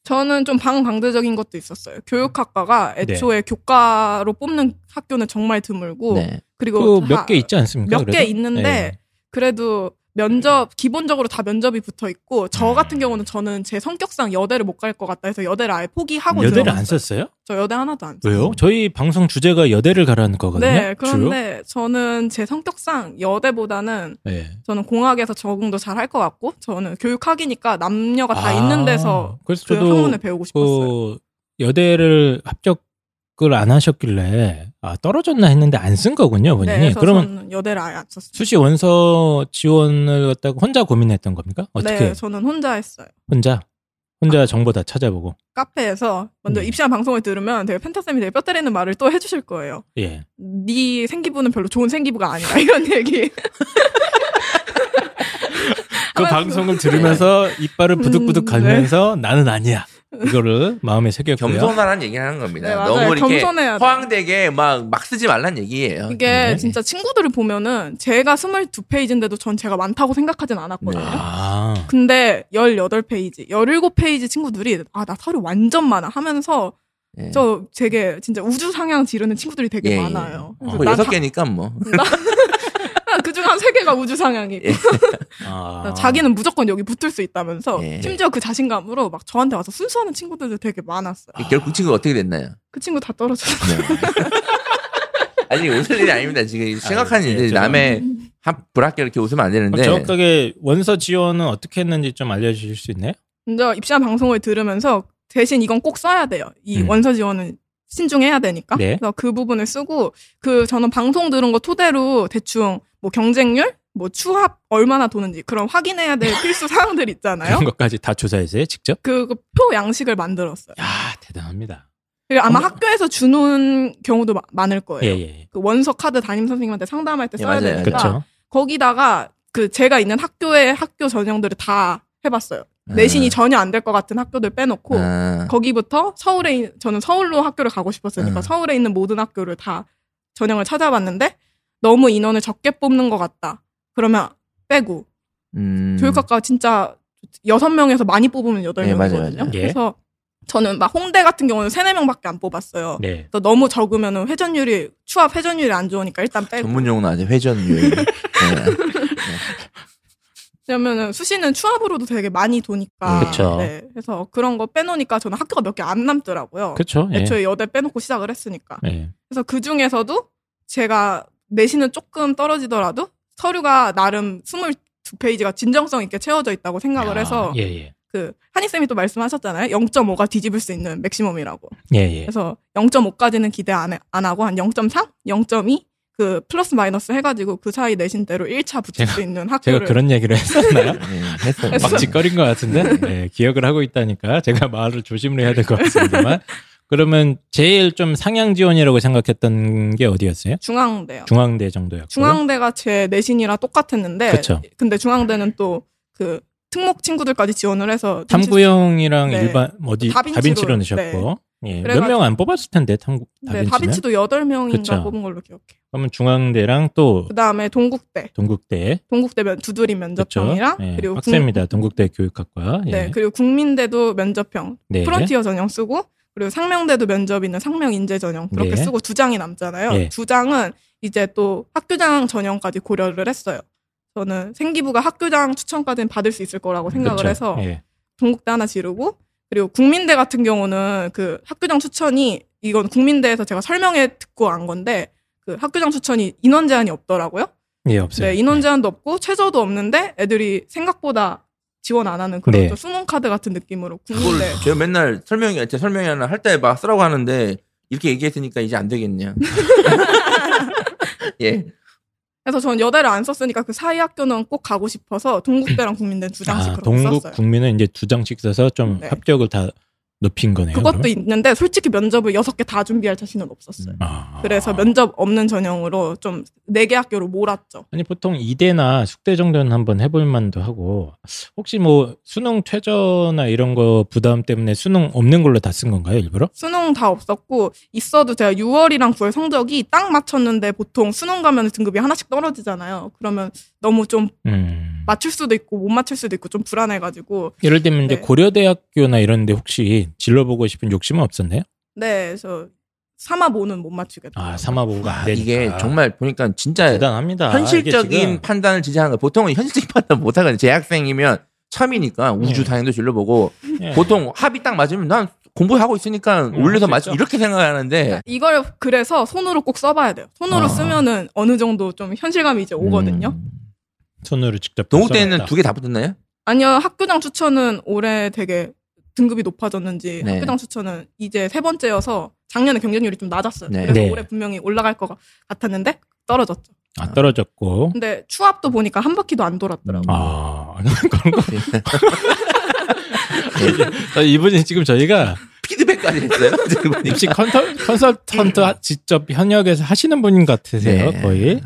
Speaker 2: 저는 좀 방방대적인 것도 있었어요. 교육학과가
Speaker 1: 네.
Speaker 2: 애초에 교과로 뽑는 학교는 정말 드물고
Speaker 3: 네.
Speaker 2: 그리고
Speaker 1: 그 몇 개 있지 않습니까?
Speaker 2: 몇개
Speaker 1: 그래도?
Speaker 2: 있는데
Speaker 1: 네.
Speaker 2: 그래도 면접 기본적으로 다 면접이 붙어 있고 저
Speaker 1: 네.
Speaker 2: 같은 경우는 저는 제 성격상 여대를 못 갈 것 같다 해서 여대를 아예 포기하고
Speaker 1: 여대를
Speaker 2: 들어갔어요.
Speaker 1: 안 썼어요?
Speaker 2: 저 여대 하나도 안
Speaker 1: 왜요? 저희 방송 주제가 여대를 가라는 거거든요. 주요?
Speaker 2: 네, 그런데 저는 제 성격상 여대보다는
Speaker 1: 네.
Speaker 2: 저는 공학에서 적응도 잘 할 것 같고 저는 교육학이니까 남녀가 다
Speaker 1: 아,
Speaker 2: 있는 데서
Speaker 1: 그래서
Speaker 2: 그
Speaker 1: 저도
Speaker 2: 학문을 배우고 싶었어요.
Speaker 1: 그 여대를 합격을 안 하셨길래 아 떨어졌나 했는데 안 쓴 거군요
Speaker 2: 네,
Speaker 1: 본인이.
Speaker 2: 그래서
Speaker 1: 그러면
Speaker 2: 저는 여대를 아예 안 썼어요.
Speaker 1: 수시 원서 지원을 갖다가 혼자 고민했던 겁니까? 어떻게
Speaker 2: 네, 저는 혼자 했어요.
Speaker 1: 혼자 혼자 정보 다 찾아보고
Speaker 2: 카페에서 먼저
Speaker 1: 음.
Speaker 2: 입시한 방송을 들으면 되게 펜타쌤이 되게 뼈 때리는 말을 또 해주실 거예요.
Speaker 1: 예.
Speaker 2: 네 생기부는 별로 좋은 생기부가 아니다 이런 얘기.
Speaker 1: 그
Speaker 2: 아마
Speaker 1: 방송을 들으면서 이빨을 부득부득
Speaker 2: 음,
Speaker 1: 갈면서 나는 아니야 이거를 마음에 새겼고요.
Speaker 3: 겸손하라는 얘기를 하는 겁니다.
Speaker 2: 네, 맞아요.
Speaker 3: 너무 이렇게
Speaker 2: 겸손해야 돼요.
Speaker 3: 허황되게 막, 막 쓰지 말란 얘기예요.
Speaker 2: 이게
Speaker 1: 네.
Speaker 2: 진짜 친구들을 보면은 제가 22페이지인데도 전 제가 많다고 생각하진 않았거든요.
Speaker 3: 네.
Speaker 1: 아
Speaker 2: 근데 18페이지, 17페이지 친구들이 아, 나 서류 완전 많아 하면서
Speaker 3: 예.
Speaker 2: 저 되게 진짜 우주 상향 지르는 친구들이 되게
Speaker 3: 예, 예.
Speaker 2: 많아요.
Speaker 1: 어,
Speaker 2: 그래서
Speaker 3: 뭐
Speaker 2: 난
Speaker 3: 여섯 개니까 뭐.
Speaker 2: 그중 한 세 개가 우주 상향이고
Speaker 3: 예.
Speaker 1: 아.
Speaker 2: 자기는 무조건 여기 붙을 수 있다면서
Speaker 3: 예.
Speaker 2: 심지어 그 자신감으로 막 저한테 와서 순수하는 친구들도 되게 많았어요.
Speaker 3: 결국 친구가 어떻게 됐나요?
Speaker 2: 그 친구 다 떨어졌어요.
Speaker 3: 아니 웃을 일이 아닙니다. 지금 생각하는
Speaker 1: 예, 아,
Speaker 3: 일들이
Speaker 1: 제가-
Speaker 3: 남의 합 불합격 이렇게 웃으면 안
Speaker 1: 네.
Speaker 3: 되는데
Speaker 1: 어, 정확하게 원서 지원은 어떻게 했는지 좀 알려주실 수 있나요?
Speaker 2: 먼저 입시한 방송을 들으면서 대신 이건 꼭 써야 돼요. 이
Speaker 1: 음.
Speaker 2: 원서 지원은 신중해야 되니까.
Speaker 1: 네.
Speaker 2: 그래서 그 부분을 쓰고 그 저는 방송 들은 거 토대로 대충 뭐 경쟁률, 뭐 추합 얼마나 도는지 그런 확인해야 될 필수 사항들 있잖아요.
Speaker 1: 그런 것까지 다 조사했어요 직접?
Speaker 2: 그 표 양식을 만들었어요.
Speaker 1: 야 대단합니다.
Speaker 2: 그리고 아마
Speaker 1: 어머.
Speaker 2: 학교에서 주는 경우도 마- 많을 거예요.
Speaker 1: 예예.
Speaker 2: 그 원서 카드 담임 선생님한테 상담할 때
Speaker 3: 예,
Speaker 2: 써야
Speaker 3: 맞아요.
Speaker 2: 되니까
Speaker 1: 그렇죠.
Speaker 2: 거기다가 그 제가 있는 학교의 학교 전형들을 다 해봤어요.
Speaker 3: 음.
Speaker 2: 내신이 전혀 안 될 것 같은 학교들 빼놓고
Speaker 3: 아,
Speaker 2: 거기부터 서울에 있- 저는 서울로 학교를 가고 싶었으니까
Speaker 3: 음.
Speaker 2: 서울에 있는 모든 학교를 다 전형을 찾아봤는데 너무 인원을 적게 뽑는 것 같다. 그러면 빼고
Speaker 3: 음.
Speaker 2: 교육학과 진짜 여섯 명에서 많이 뽑으면 여덟
Speaker 3: 예,
Speaker 2: 명이거
Speaker 3: 맞아요,
Speaker 2: 든요
Speaker 3: 맞아요.
Speaker 1: 예.
Speaker 2: 그래서 저는 막 홍대 같은 경우는 세네 명밖에 안 뽑았어요.
Speaker 1: 네.
Speaker 2: 그래서 너무 적으면 회전율이 추합 회전율이 안 좋으니까 일단 빼고
Speaker 3: 전문 용어는 아직 회전율. 네.
Speaker 2: 왜냐면은 수시는 추합으로도 되게 많이 도니까
Speaker 1: 음. 그쵸.
Speaker 2: 네. 그래서 그런 거 빼놓으니까 저는 학교가 몇 개 안 남더라고요.
Speaker 1: 그렇죠. 예.
Speaker 2: 아, 애초에 여대 빼놓고 시작을 했으니까.
Speaker 1: 예.
Speaker 2: 그래서 그 중에서도 제가 내신은 조금 떨어지더라도 서류가 나름 22페이지가 진정성 있게 채워져 있다고 생각을
Speaker 1: 아,
Speaker 2: 해서
Speaker 1: 예, 예.
Speaker 2: 그 한희쌤이 또 말씀하셨잖아요. 0.5가 뒤집을 수 있는 맥시멈이라고.
Speaker 1: 예, 예.
Speaker 2: 그래서 0.5까지는 기대 안, 해- 안 하고 한 0.3, 0.2 그 플러스 마이너스 해가지고 그 사이 내신대로 1차 붙일 수 있는
Speaker 1: 제가
Speaker 2: 학교를
Speaker 1: 그런 얘기를 했었나요?
Speaker 3: 네, 했어요.
Speaker 2: 했어요.
Speaker 1: 막짓거린 것 같은데 네, 기억을 하고 있다니까 제가 말을 조심을 해야 될 것 같습니다만 그러면 제일 좀 상향 지원이라고 생각했던 게 어디였어요?
Speaker 2: 중앙대요.
Speaker 1: 중앙대 정도였고
Speaker 2: 중앙대가 제 내신이랑 똑같았는데
Speaker 1: 그쵸.
Speaker 2: 근데 중앙대는 또 그 특목 친구들까지 지원을 해서
Speaker 1: 탐구형이랑
Speaker 2: 네.
Speaker 1: 일반 어디
Speaker 2: 다빈치로, 네.
Speaker 1: 다빈치로 넣으셨고 예,
Speaker 2: 그래가지고-
Speaker 1: 몇명 안 뽑았을 텐데 탐구
Speaker 2: 네,
Speaker 1: 다빈치는
Speaker 2: 다빈치도 8명인가
Speaker 1: 아, 그쵸.
Speaker 2: 뽑은 걸로 기억해요.
Speaker 1: 그러면 중앙대랑 또
Speaker 2: 그 다음에 동국대.
Speaker 1: 동국대
Speaker 2: 동국대 면, 두드림
Speaker 1: 그렇죠?
Speaker 2: 면접형이랑
Speaker 1: 예,
Speaker 2: 그리고
Speaker 1: 학생입니다. 동국대 교육학과 예.
Speaker 2: 국, 네, 그리고 국민대도 면접형.
Speaker 1: 네.
Speaker 2: 프론티어 전형 쓰고 그리고 상명대도 면접 있는 상명 인재 전형 그렇게
Speaker 1: 네.
Speaker 2: 쓰고 두 장이 남잖아요.
Speaker 1: 예.
Speaker 2: 두 장은 이제 또 학교장 전형까지 고려를 했어요. 저는 생기부가 학교장 추천까지는 받을 수 있을 거라고 생각을
Speaker 1: 그렇죠.
Speaker 2: 해서
Speaker 1: 예.
Speaker 2: 동국대 하나 지르고 그리고 국민대 같은 경우는 그 학교장 추천이 이건 국민대에서 제가 설명해 듣고 안 건데 그 학교장 추천이 인원 제한이 없더라고요.
Speaker 1: 예, 없어요.
Speaker 2: 네, 인원 제한도 없고 최저도 없는데 애들이 생각보다 지원 안 하는 그런
Speaker 1: 네.
Speaker 2: 좀 수능 카드 같은 느낌으로
Speaker 3: 그걸
Speaker 2: 국민대
Speaker 3: 제가 맨날 설명이 제 설명이 하나 할 때 막 쓰라고 하는데 이렇게 얘기했으니까 이제 안 되겠냐. 예.
Speaker 2: 그래서 전 여대를 안 썼으니까 그 사이 학교는 꼭 가고 싶어서 동국대랑 국민대 두 장씩
Speaker 1: 아,
Speaker 2: 그렇게
Speaker 1: 동국
Speaker 2: 썼어요.
Speaker 1: 국민은 이제 두 장씩 써서 좀
Speaker 2: 네.
Speaker 1: 합격을 다 높인 거네요.
Speaker 2: 그것도
Speaker 1: 그러면?
Speaker 2: 있는데 솔직히 면접을 여섯 개 다 준비할 자신은 없었어요.
Speaker 1: 아.
Speaker 2: 그래서 면접 없는 전형으로 좀 네 개 학교로 몰았죠.
Speaker 1: 아니 보통 이대나 숙대 정도는 한번 해볼 만도 하고 혹시 뭐 수능 최저나 이런 거 부담 때문에 수능 없는 걸로 다 쓴 건가요 일부러?
Speaker 2: 수능 다 없었고 있어도 제가 6월이랑 9월 성적이 딱 맞췄는데 보통 수능 가면 등급이 하나씩 떨어지잖아요. 그러면 너무 좀
Speaker 1: 음.
Speaker 2: 맞출 수도 있고 못 맞출 수도 있고 좀 불안해가지고
Speaker 1: 예를 들면 이제
Speaker 2: 네.
Speaker 1: 고려대학교나 이런데 혹시 질러보고 싶은 욕심은 없었나요?
Speaker 2: 네, 그래서 3화 모는 못 맞추겠다.
Speaker 1: 아 삼화보고가 안 되니까 아,
Speaker 3: 이게 정말 보니까 진짜
Speaker 1: 대단합니다. 이게
Speaker 3: 현실적인
Speaker 1: 지금
Speaker 3: 판단을 지지하는 거. 보통은 현실적인 판단 못 하거든요. 재학생이면 참이니까 우주
Speaker 1: 네.
Speaker 3: 다행도 질러보고
Speaker 1: 예.
Speaker 3: 보통 합이 딱 맞으면 난 공부하고 있으니까
Speaker 1: 음, 할수
Speaker 3: 올려서 맞추
Speaker 1: 있죠. 네.
Speaker 3: 이렇게 생각하는데
Speaker 2: 이걸 그래서 손으로 꼭 써봐야 돼요. 손으로
Speaker 3: 아.
Speaker 2: 쓰면은 어느 정도 좀 현실감이 이제 오거든요.
Speaker 3: 음.
Speaker 1: 손으로 직접
Speaker 3: 동국대는
Speaker 1: 써봤다.
Speaker 3: 두 개 다 붙었나요?
Speaker 2: 아니요, 학교장 추천은 올해 되게 등급이 높아졌는지
Speaker 3: 네.
Speaker 2: 학교장 추천은 이제 세 번째여서 작년에 경쟁률이 좀 낮았어요.
Speaker 3: 네.
Speaker 2: 그래서
Speaker 1: 네.
Speaker 2: 올해 분명히 올라갈 것 같- 같았는데 떨어졌죠.
Speaker 1: 아, 떨어졌고
Speaker 2: 근데 추합도 보니까 한 바퀴도 안 돌았더라고요.
Speaker 1: 아 그런 거
Speaker 3: 예.
Speaker 1: 아, 이분이 지금 저희가
Speaker 3: 피드백까지 했어요. 지금 보니까.
Speaker 1: 입시 컨설, 컨설턴트 하- 직접 현역에서 하시는 분 같으세요
Speaker 3: 네.
Speaker 1: 거의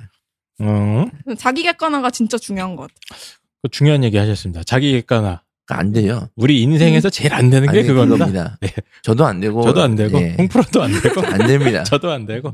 Speaker 1: 음,
Speaker 2: 자기 객관화가 진짜 중요한 것 같아요.
Speaker 1: 그 중요한 얘기 하셨습니다 자기 객관화
Speaker 3: 안 돼요.
Speaker 1: 우리 인생에서 제일 안 되는 게
Speaker 3: 아니,
Speaker 1: 음. 그겁니다
Speaker 3: 그겁니다.
Speaker 1: 네.
Speaker 3: 저도 안 되고
Speaker 1: 저도 안 되고
Speaker 3: 예.
Speaker 1: 홍프로도 안 되고
Speaker 3: 안 됩니다.
Speaker 1: 저도 안 되고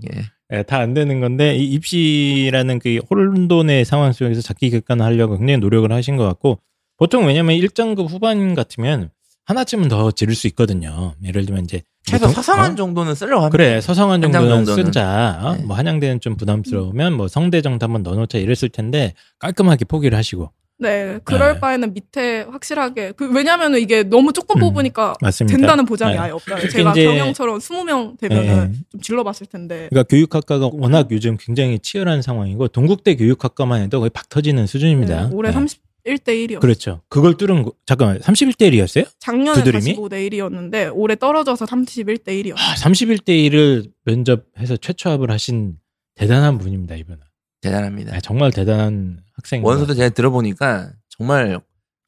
Speaker 3: 예.
Speaker 1: 다 안 되는 건데 이 입시라는 그 혼돈의 상황 속에서 자기 객관화 하려고 굉장히 노력을 하신 것 같고 보통 왜냐면 1등급 후반 같으면 하나쯤은 더 지를 수 있거든요 예를 들면 이제
Speaker 3: 최소
Speaker 1: 보통-
Speaker 3: 사상한
Speaker 1: 어?
Speaker 3: 정도는 쓰려고 합니다.
Speaker 1: 그래 서성한
Speaker 3: 한장
Speaker 1: 정도는,
Speaker 3: 정도는.
Speaker 1: 쓴자 어?
Speaker 3: 네.
Speaker 1: 뭐 한양대는 좀 부담스러우면 뭐 성대 정도 한번 넣어놓자 이랬을 텐데 깔끔하게 포기를 하시고
Speaker 2: 네, 그럴
Speaker 1: 네.
Speaker 2: 바에는 밑에 확실하게 그 왜냐면은 이게 너무 조금
Speaker 1: 음,
Speaker 2: 뽑으니까
Speaker 1: 맞습니다.
Speaker 2: 된다는 보장이
Speaker 1: 네.
Speaker 2: 아예 없잖아요.
Speaker 1: 특히
Speaker 2: 제가
Speaker 1: 이제-
Speaker 2: 경영처럼 20명 되면은
Speaker 1: 네.
Speaker 2: 좀 질러봤을 텐데
Speaker 1: 그러니까 교육학과가 워낙 요즘 굉장히 치열한 상황이고 동국대 교육학과만 해도 거의 박 터지는 수준입니다.
Speaker 2: 네, 올해
Speaker 1: 네.
Speaker 2: 31대 1이었어요.
Speaker 1: 그렇죠. 그걸 뚫은 거 잠깐만 31대 1이었어요?
Speaker 2: 작년에
Speaker 1: 두드림이?
Speaker 2: 45대 1이었는데 올해 떨어져서 31대 1이었어요.
Speaker 1: 아, 31대 1을 면접해서 최초합을 하신 대단한 분입니다 이분은.
Speaker 3: 대단합니다.
Speaker 1: 네, 정말 대단한 학생.
Speaker 3: 원서도 제가 들어보니까 정말
Speaker 1: 음.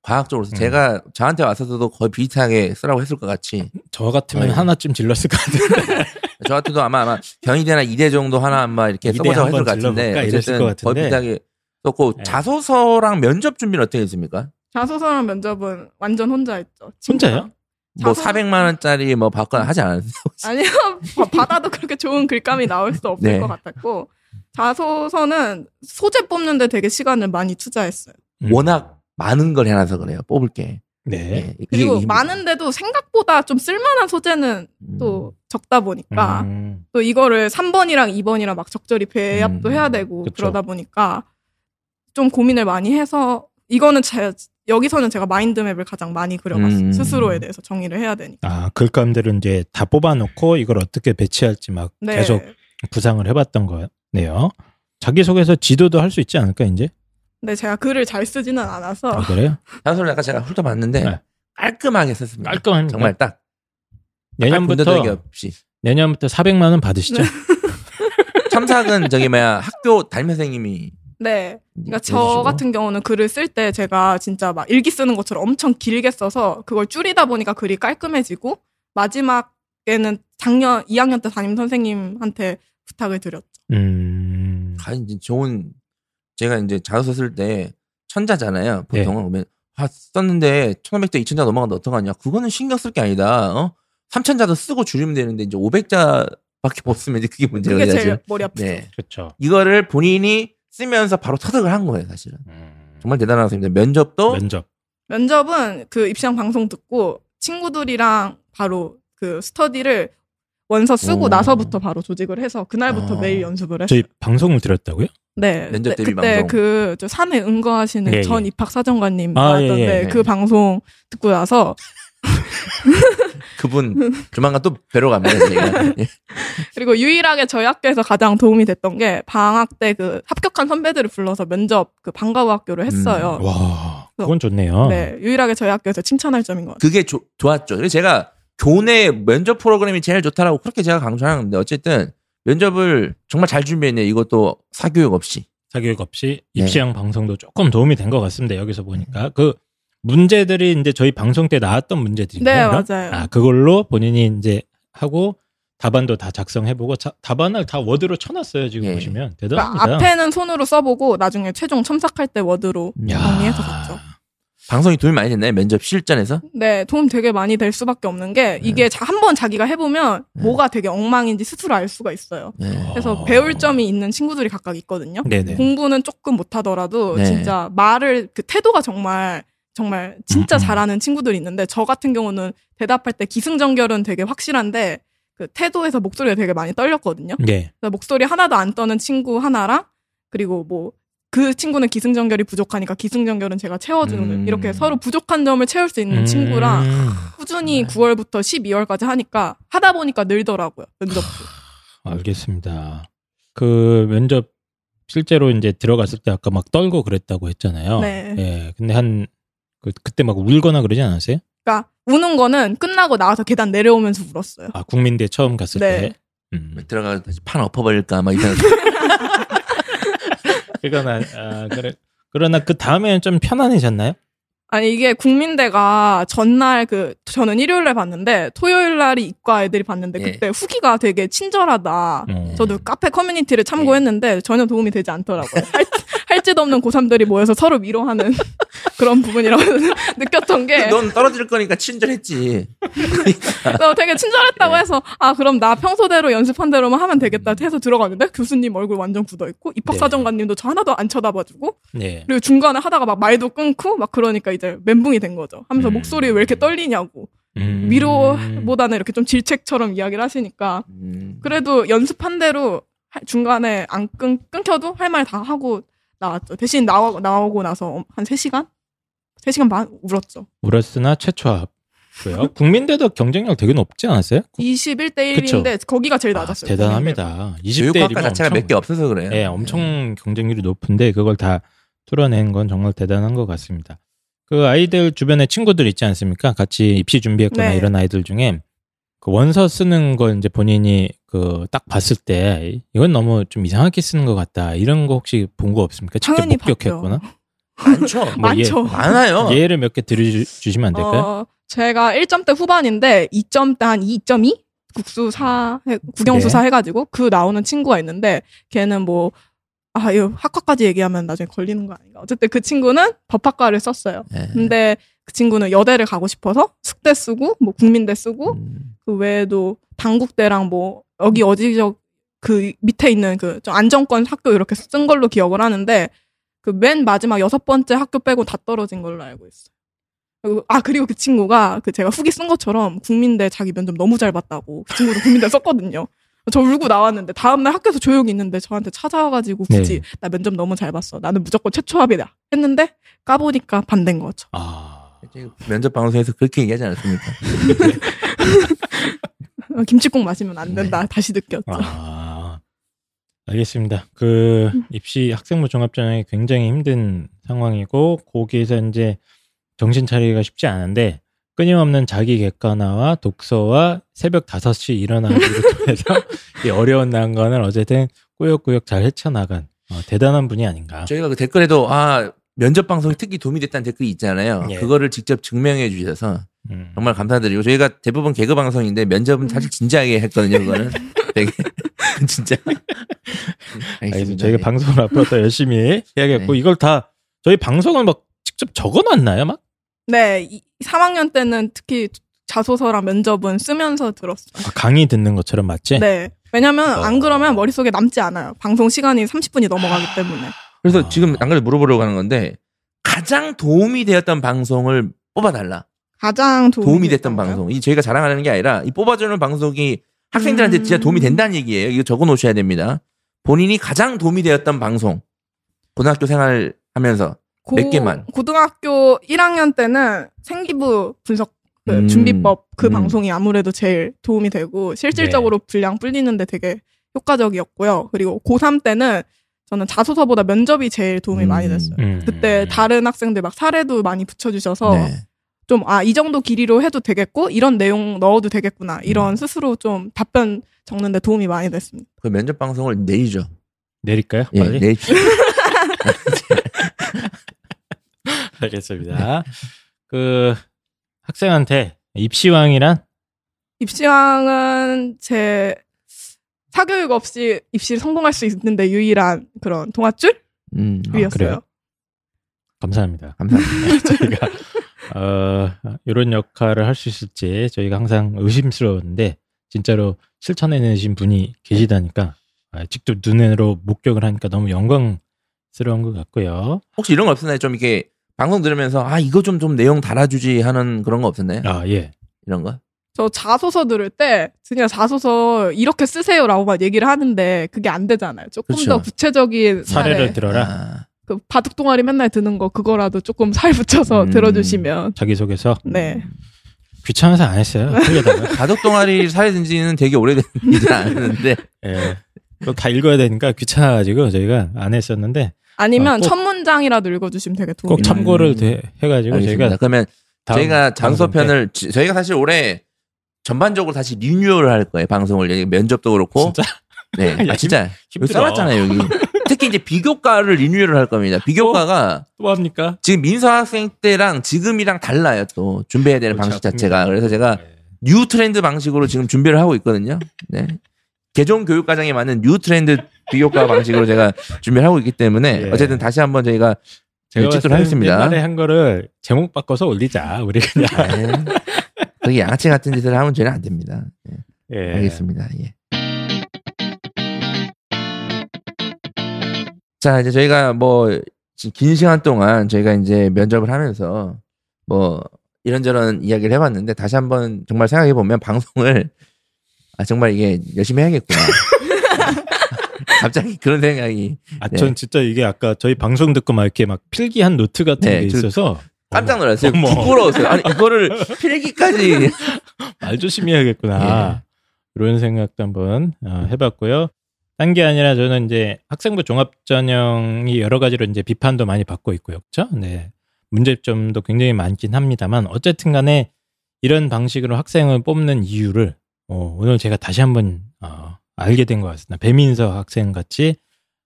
Speaker 3: 과학적으로 제가 저한테 왔어서도 거의 비슷하게 쓰라고 했을 것 같이
Speaker 1: 저 같으면
Speaker 3: 네.
Speaker 1: 하나쯤 질렀을 것 같은데.
Speaker 3: 저한테도 아마 아마 경희대나 이대 정도 하나 아마 이렇게
Speaker 1: 이대
Speaker 3: 써보자고 했을
Speaker 1: 한번
Speaker 3: 것 같은데
Speaker 1: 질러볼까? 이랬을
Speaker 3: 어쨌든
Speaker 1: 것 같은데.
Speaker 3: 거의 비슷하게 그렇고
Speaker 1: 네.
Speaker 3: 자소서랑 면접 준비는 어떻게 했습니까?
Speaker 2: 자소서랑 면접은 완전 혼자 했죠. 진짜.
Speaker 1: 혼자요?
Speaker 3: 뭐
Speaker 2: 자소서-
Speaker 3: 400만 원짜리 뭐 받거나 하지 않았는데
Speaker 2: 아니요. 바- 받아도 그렇게 좋은 글감이 나올 수 없을
Speaker 3: 네.
Speaker 2: 것 같았고 자소서는 소재 뽑는데 되게 시간을 많이 투자했어요.
Speaker 1: 음.
Speaker 3: 워낙 많은 걸 해놔서 그래요. 뽑을 게.
Speaker 1: 네.
Speaker 3: 예, 이게
Speaker 2: 그리고
Speaker 3: 힘들어요.
Speaker 2: 많은데도 생각보다 좀 쓸만한 소재는
Speaker 3: 음.
Speaker 2: 또 적다 보니까
Speaker 1: 음.
Speaker 2: 또 이거를 3번이랑 2번이랑 막 적절히 배합도
Speaker 3: 음,
Speaker 2: 해야 되고
Speaker 1: 그쵸.
Speaker 2: 그러다 보니까 좀 고민을 많이 해서 이거는 제, 여기서는 제가 마인드맵을 가장 많이 그려봤어요.
Speaker 3: 음.
Speaker 2: 스스로에 대해서 정의를 해야 되니까.
Speaker 1: 아, 글감들은 이제 다 뽑아놓고 이걸 어떻게 배치할지 막
Speaker 2: 네.
Speaker 1: 계속 구상을 해봤던 거네요. 자기소개서 지도도 할 수 있지 않을까, 이제?
Speaker 2: 근데 네, 제가 글을 잘 쓰지는 않아서
Speaker 1: 아, 그래요?
Speaker 3: 자소서를 아까 제가 훑어봤는데
Speaker 1: 네.
Speaker 3: 깔끔하게 썼습니다.
Speaker 1: 깔끔합니다. 그러니까
Speaker 3: 정말 딱
Speaker 1: 내년부터,
Speaker 3: 군더더기 없이
Speaker 1: 내년부터 400만원 받으시죠?
Speaker 3: 첨삭은 저기 뭐야 학교 담임 선생님이
Speaker 2: 네. 그러니까 저
Speaker 3: 해주시고.
Speaker 2: 같은 경우는 글을 쓸 때 제가 진짜 막 일기 쓰는 것처럼 엄청 길게 써서 그걸 줄이다 보니까 글이 깔끔해지고 마지막에는 작년 2학년 때 담임 선생님한테 부탁을 드렸죠.
Speaker 1: 음.
Speaker 3: 아, 이제 좋은 제가 이제 자소서 쓸 때 천자잖아요.
Speaker 1: 네.
Speaker 3: 보통은 보면 아, 썼는데 1500자, 2000자 넘어간다 어떡하냐. 그거는 신경 쓸 게 아니다. 어? 3000자도 쓰고 줄이면 되는데 이제 500자밖에 없으면 이제 그게 문제예요,
Speaker 2: 그게
Speaker 3: 사실.
Speaker 2: 제일 머리 아프죠.
Speaker 3: 네.
Speaker 1: 그렇죠.
Speaker 3: 이거를 본인이 쓰면서 바로 터득을 한 거예요, 사실은.
Speaker 1: 음.
Speaker 3: 정말 대단한 선생님. 면접도
Speaker 1: 면접.
Speaker 2: 면접은 그 입시형 방송 듣고 친구들이랑 바로 그 스터디를 원서 쓰고
Speaker 3: 오.
Speaker 2: 나서부터 바로 조직을 해서 그날부터
Speaker 3: 아.
Speaker 2: 매일 연습을 했어요.
Speaker 1: 저희 방송을 들었다고요?
Speaker 2: 네.
Speaker 3: 면접
Speaker 2: 네,
Speaker 3: 대비
Speaker 2: 그때
Speaker 3: 방송.
Speaker 2: 그, 저 산에 응거하시는
Speaker 1: 예,
Speaker 2: 전
Speaker 1: 예.
Speaker 2: 입학 사정관님
Speaker 1: 아,
Speaker 2: 나왔던데
Speaker 1: 예,
Speaker 3: 예, 예.
Speaker 2: 그 방송 듣고 나서
Speaker 3: 그분 조만간 또 뵈러 갑니다, 제가. 예.
Speaker 2: 그리고 유일하게 저희 학교에서 가장 도움이 됐던 게 방학 때 그 합격한 선배들을 불러서 면접 그 방과후 학교를 했어요.
Speaker 1: 와, 그건 좋네요.
Speaker 2: 네. 유일하게 저희 학교에서 칭찬할 점인 것 같아요.
Speaker 3: 그게 조- 좋았죠. 그래서 제가 교내 면접 프로그램이 제일 좋다라고 그렇게 제가 강조하는 건데 어쨌든 면접을 정말 잘 준비했네. 이것도 사교육 없이.
Speaker 1: 사교육 없이
Speaker 3: 네.
Speaker 1: 입시형 방송도 조금 도움이 된 것 같습니다. 여기서 보니까 그 문제들이 이제 저희 방송 때 나왔던 문제들인가요?
Speaker 2: 네, 맞아요.
Speaker 1: 아 그걸로 본인이 이제 하고 답안도 다 작성해보고 자- 답안을 다 워드로 쳐놨어요. 지금
Speaker 3: 예.
Speaker 1: 보시면
Speaker 2: 그러니까
Speaker 1: 대단합니다.
Speaker 2: 앞에는 손으로 써보고 나중에 최종 첨삭할 때 워드로
Speaker 1: 야.
Speaker 2: 정리해서 갔죠.
Speaker 3: 음. 방송이 도움이 많이 됐나요? 면접 실전에서?
Speaker 1: 어,
Speaker 2: 네, 도움 되게 많이 될 수밖에 없는
Speaker 1: 네.
Speaker 2: 게 이게 자- 한번 자기가 해보면 뭐가 되게 엉망인지 스스로 알 수가 있어요.
Speaker 3: 네.
Speaker 2: 그래서
Speaker 1: 어.
Speaker 2: 배울 점이 있는 친구들이 각각 있거든요.
Speaker 1: 네네.
Speaker 2: 공부는 조금 못하더라도
Speaker 3: 네.
Speaker 2: 진짜 말을 그 태도가 정말 정말 진짜
Speaker 1: 음, 음.
Speaker 2: 잘하는 친구들이 있는데 저 같은 경우는 대답할 때 기승전결은 되게 확실한데 그 태도에서 목소리가 되게 많이 떨렸거든요.
Speaker 1: 네.
Speaker 2: 그래서 목소리 하나도 안 떠는 친구 하나랑 그리고 뭐 그 친구는 기승전결이 부족하니까 기승전결은 제가 채워주는
Speaker 3: 음.
Speaker 2: 이렇게 서로 부족한 점을 채울 수 있는
Speaker 1: 음.
Speaker 2: 친구랑 꾸준히
Speaker 1: 네.
Speaker 2: 9월부터 12월까지 하니까 하다 보니까 늘더라고요 면접도
Speaker 1: 알겠습니다. 그 면접 실제로 이제 들어갔을 때 아까 막 떨고 그랬다고 했잖아요.
Speaker 2: 네.
Speaker 1: 예. 근데 한 그, 그때 막 울거나 그러지 않았어요?
Speaker 2: 그러니까 우는 거는 끝나고 나와서 계단 내려오면서 울었어요
Speaker 1: 아 국민대 처음 갔을
Speaker 2: 네.
Speaker 1: 때. 음.
Speaker 3: 들어가서 다시 판 엎어버릴까 막 이런
Speaker 1: 그러나 아, 그래. 그러나 그 다음에는 좀 편안해졌나요?
Speaker 2: 아니 이게 국민대가 전날 그 저는 일요일에 봤는데 토요일 날이 이과 애들이 봤는데
Speaker 3: 예.
Speaker 2: 그때 후기가 되게 친절하다.
Speaker 1: 어.
Speaker 2: 저도 카페 커뮤니티를
Speaker 1: 예.
Speaker 2: 참고했는데 전혀 도움이 되지 않더라고요. 할, 할짓 없는 고3들이 모여서 서로 위로하는 그런 부분이라고 느꼈던 게
Speaker 3: 넌 떨어질 거니까 친절했지.
Speaker 2: 너 어, 되게 친절했다고
Speaker 1: 예.
Speaker 3: 네.
Speaker 2: 해서 아 그럼 나 평소대로 연습한 대로만 하면 되겠다 해서 들어갔는데 교수님 얼굴 완전 굳어 있고
Speaker 1: 네.
Speaker 2: 입학사정관님도 저 하나도 안 쳐다봐주고
Speaker 1: 네.
Speaker 2: 그리고 중간에 하다가 막 말도 끊고 막 그러니까 이제 멘붕이 된 거죠. 하면서
Speaker 1: 음.
Speaker 2: 목소리 왜 이렇게 떨리냐고
Speaker 1: 음.
Speaker 2: 위로보다는 이렇게 좀 질책처럼 이야기를 하시니까
Speaker 3: 음.
Speaker 2: 그래도 연습한 대로 하- 중간에 안 끊, 끊겨도 할 말 다 하고 나왔죠. 대신 나와, 나오고 나서 한 3시간? 3시간 반 울었죠.
Speaker 1: 울었으나 최초였고요. 국민대도 경쟁력 되게 높지 않았어요?
Speaker 2: 21대
Speaker 1: 그 그쵸.
Speaker 2: 1인데 거기가 제일
Speaker 1: 아,
Speaker 2: 낮았어요.
Speaker 1: 대단합니다. 20대
Speaker 3: 교육학과 자체가 몇 개 없어서 그래요. 음.
Speaker 1: 네, 엄청 경쟁률이 높은데 그걸 다 뚫어낸 건 정말 대단한 것 같습니다. 그 아이들 주변에 친구들 있지 않습니까? 같이 입시 준비했거나
Speaker 2: 네.
Speaker 1: 이런 아이들 중에 그 원서 쓰는 걸 이제 본인이 그 딱 봤을 때 이건 너무 좀 이상하게 쓰는 것 같다 이런 거 혹시 본 거 없습니까? 직접
Speaker 2: 당연히 봤죠.
Speaker 1: 목격했거나
Speaker 3: 많죠.
Speaker 1: 뭐 예.
Speaker 2: 많죠.
Speaker 3: 많아요.
Speaker 1: 예를 몇 개 들어주시면 안 될까요?
Speaker 2: 어, 제가 1점대 후반인데 2점대 한 2.2? 국수 사 해- 국영수
Speaker 1: 네.
Speaker 2: 사 해가지고 그 나오는 친구가 있는데 걔는 뭐 아, 이거 학과까지 얘기하면 나중에 걸리는 거 아닌가. 어쨌든 그 친구는 법학과를 썼어요.
Speaker 3: 네.
Speaker 2: 근데 그 친구는 여대를 가고 싶어서 숙대 쓰고 뭐 국민대
Speaker 1: 어?
Speaker 2: 쓰고
Speaker 3: 음.
Speaker 2: 그 외에도 당국대랑 뭐 여기 어디적 그 밑에 있는 그좀 안정권 학교 이렇게 쓴 걸로 기억을 하는데 그 맨 마지막 여섯 번째 학교 빼고 다 떨어진 걸로 알고 있어요. 그리고- 아 그리고 그 친구가 그 제가 후기 쓴 것처럼 국민대 자기 면접 너무 잘 봤다고 그 친구도 국민대 썼거든요. 저 울고 나왔는데 다음날 학교에서 조용히 있는데 저한테 찾아와가지고 굳이
Speaker 1: 네.
Speaker 2: 나 면접 너무 잘 봤어. 나는 무조건 최초 합이다 했는데 까보니까 반대인 거죠.
Speaker 1: 아.
Speaker 3: 면접 방송에서 그렇게 얘기하지 않았습니까?
Speaker 2: 어, 김치국 마시면 안 된다. 다시 느꼈죠.
Speaker 1: 네. 아. 알겠습니다. 그 입시 학생부 종합전형이 굉장히 힘든 상황이고 거기에서 이제 정신 차리기가 쉽지 않은데 끊임없는 자기 객관화와 독서와 새벽 5시 일어나기를 통해서 이 어려운 난관을 어쨌든 꾸역꾸역 잘 헤쳐나간 어, 대단한 분이 아닌가.
Speaker 3: 저희가 그 댓글에도 아 면접 방송이 특히 도움이 됐다는 댓글이 있잖아요.
Speaker 1: 예.
Speaker 3: 그거를 직접 증명해 주셔서
Speaker 1: 음.
Speaker 3: 정말 감사드리고 저희가 대부분 개그 방송인데 면접은 사실 진지하게 했거든요. 그거는 되게 진짜.
Speaker 1: 알겠습니다.
Speaker 3: 알겠습니다.
Speaker 1: 저희가
Speaker 3: 예.
Speaker 1: 방송을 앞으로 더 열심히 해야겠고
Speaker 3: 네.
Speaker 1: 이걸 다 저희 방송을 막 직접 적어놨나요, 막?
Speaker 2: 네, 이, 3학년 때는 특히 자소서랑 면접은 쓰면서 들었어요.
Speaker 1: 아, 강의 듣는 것처럼 맞지?
Speaker 2: 네. 왜냐면
Speaker 1: 어.
Speaker 2: 안 그러면 머릿속에 남지 않아요. 방송 시간이 30분이 넘어가기 때문에.
Speaker 3: 그래서
Speaker 1: 아.
Speaker 3: 지금 안 그래도 물어보려고 하는 건데 가장 도움이 되었던 방송을 뽑아달라.
Speaker 2: 가장 도움이,
Speaker 3: 도움이 됐던
Speaker 2: 됐던가요?
Speaker 3: 방송. 이 저희가 자랑하는 게 아니라 이 뽑아주는 방송이 학생들한테
Speaker 2: 음.
Speaker 3: 진짜 도움이 된다는 얘기예요. 이거 적어 놓으셔야 됩니다. 본인이 가장 도움이 되었던 방송. 고등학교 생활 하면서
Speaker 2: 고-
Speaker 3: 몇 개만?
Speaker 2: 고등학교 1학년 때는 생기부 분석 그
Speaker 3: 음.
Speaker 2: 준비법 그
Speaker 3: 음. 네.
Speaker 2: 방송이 아무래도 제일 도움이 되고 실질적으로 분량 불리는데 되게 효과적이었고요. 그리고 고3 때는 저는 자소서보다 면접이 제일 도움이 많이
Speaker 3: 음.
Speaker 2: 됐어요.
Speaker 1: 음.
Speaker 2: 그때 다른 학생들 막 사례도 많이 붙여주셔서
Speaker 3: 네.
Speaker 2: 좀, 아, 이 정도 길이로 해도 되겠고, 이런 내용 넣어도 되겠구나.
Speaker 1: 음.
Speaker 2: 이런 스스로 좀 답변 적는데 도움이 많이 됐습니다.
Speaker 3: 그 면접 방송을 내리죠.
Speaker 1: 내릴까요?
Speaker 3: 예,
Speaker 1: 빨리?
Speaker 3: 내리죠.
Speaker 1: 알겠습니다. 그 학생한테 입시왕이란
Speaker 2: 입시왕은 제 사교육 없이 입시를 성공할 수 있는데 유일한 그런 동아줄이었어요.
Speaker 3: 음,
Speaker 1: 그래요? 감사합니다.
Speaker 3: 감사합니다.
Speaker 1: 저희가 어, 이런 역할을 할 수 있을지 저희가 항상 의심스러웠는데 진짜로 실천해내신 분이 계시다니까 아, 직접 눈으로 목격을 하니까 너무 영광스러운 것 같고요.
Speaker 3: 혹시 이런 거 없었나요? 좀 이렇게 방송 들으면서 아 이거 좀 좀 내용 달아주지 하는 그런 거 없었나요?
Speaker 1: 아 예.
Speaker 3: 이런 거?
Speaker 2: 저 자소서 들을 때 그냥 자소서 이렇게 쓰세요라고만 얘기를 하는데 그게 안 되잖아요. 조금
Speaker 3: 그쵸.
Speaker 2: 더 구체적인 사례.
Speaker 1: 사례를 들어라.
Speaker 3: 아,
Speaker 2: 그 바둑 동아리 맨날 드는 거 그거라도 조금 살 붙여서
Speaker 3: 음.
Speaker 2: 들어주시면
Speaker 1: 자기소개서
Speaker 2: 네.
Speaker 1: 음. 귀찮아서 안 했어요. 하려다가.
Speaker 3: 가족 동아리 사회든지는 되게 오래된지 않았는데
Speaker 1: 예. 그거 다 읽어야 되니까 귀찮아가지고 저희가 안 했었는데
Speaker 2: 아니면
Speaker 1: 아, 꼭-
Speaker 2: 첫 문장이라도 읽어주시면 되게 도움이
Speaker 1: 꼭
Speaker 2: 많이 돼요.
Speaker 1: 참고를 돼- 해가지고
Speaker 3: 음. 알겠습니다.
Speaker 1: 저희가
Speaker 3: 그러면
Speaker 1: 다음
Speaker 3: 저희가
Speaker 1: 방송 때
Speaker 3: 장소편을 지- 저희가 사실 올해 전반적으로 다시 리뉴얼을 할 거예요 방송을 여기 면접도 그렇고
Speaker 1: 진짜
Speaker 3: 네 아,
Speaker 1: 야,
Speaker 3: 진짜 여기
Speaker 1: 힘들어.
Speaker 3: 써놨잖아요 여기 특히 이제 비교과를 리뉴얼을 할 겁니다 비교과가
Speaker 1: 또 합니까?
Speaker 3: 지금 민서 학생 때랑 지금이랑 달라요 또 준비해야 되는 방식 자체가 그래서 제가
Speaker 1: 예.
Speaker 3: 뉴 트렌드 방식으로 지금 준비를 하고 있거든요 네 개종 교육 과정에 맞는 뉴 트렌드 비교과 방식으로 제가 준비를 하고 있기 때문에
Speaker 1: 예.
Speaker 3: 어쨌든 다시 한번 저희가
Speaker 1: 제가
Speaker 3: 찍도록
Speaker 1: 봤을 때는
Speaker 3: 하겠습니다.
Speaker 1: 옛날에 한 거를 제목 바꿔서 올리자. 우리 그냥.
Speaker 3: 그게 네. 양아치 같은 짓을 하면 저희는 안 됩니다. 예.
Speaker 1: 예.
Speaker 3: 알겠습니다. 예. 자, 이제 저희가 뭐, 지금 긴 시간 동안 저희가 이제 면접을 하면서 뭐, 이런저런 이야기를 해봤는데 다시 한번 정말 생각해보면 방송을 아, 정말 이게 열심히 해야겠구나. 갑자기 그런 생각이
Speaker 1: 아,
Speaker 3: 네.
Speaker 1: 전 진짜 이게 아까 저희 방송 듣고 막 이렇게 막 필기한 노트 같은
Speaker 3: 네,
Speaker 1: 게
Speaker 3: 저-
Speaker 1: 있어서
Speaker 3: 깜짝 놀랐어요.
Speaker 1: 어머.
Speaker 3: 부끄러웠어요. 아니, 이거를 필기까지.
Speaker 1: 말 조심해야겠구나. 이런 생각도 한번 어, 해봤고요. 딴 게 아니라 저는 이제 학생부 종합전형이 여러 가지로 이제 비판도 많이 받고 있고요. 그렇죠? 네. 문제점도 굉장히 많긴 합니다만 어쨌든 간에 이런 방식으로 학생을 뽑는 이유를 어, 오늘 제가 다시 한번 어, 알게 된 것 같습니다. 배민서 학생 같이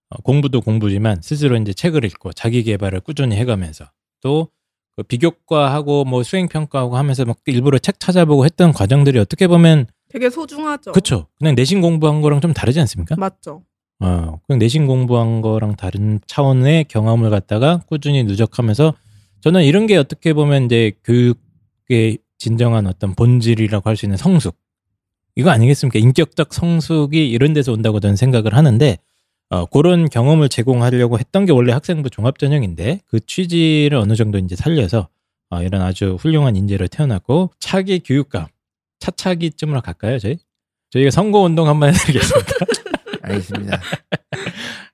Speaker 1: 어, 공부도 공부지만 스스로 이제 책을 읽고 자기 개발을 꾸준히 해가면서 또 그 비교과하고 뭐 수행평가하고 하면서 막 일부러 책 찾아보고 했던 과정들이 어떻게 보면
Speaker 2: 되게 소중하죠.
Speaker 1: 그쵸 그냥 내신 공부한 거랑 좀 다르지 않습니까?
Speaker 2: 맞죠.
Speaker 1: 어, 그냥 내신 공부한 거랑 다른 차원의 경험을 갖다가 꾸준히 누적하면서 저는 이런 게 어떻게 보면 이제 교육의 진정한 어떤 본질이라고 할 수 있는 성숙. 이거 아니겠습니까? 인격적 성숙이 이런 데서 온다고 저는 생각을 하는데 어, 그런 경험을 제공하려고 했던 게 원래 학생부 종합전형인데 그 취지를 어느 정도 이제 살려서 어, 이런 아주 훌륭한 인재로 태어났고 차기 교육감 차차기쯤으로 갈까요 저희? 저희가 선거 운동 한번 해드리겠습니다.
Speaker 3: 알겠습니다.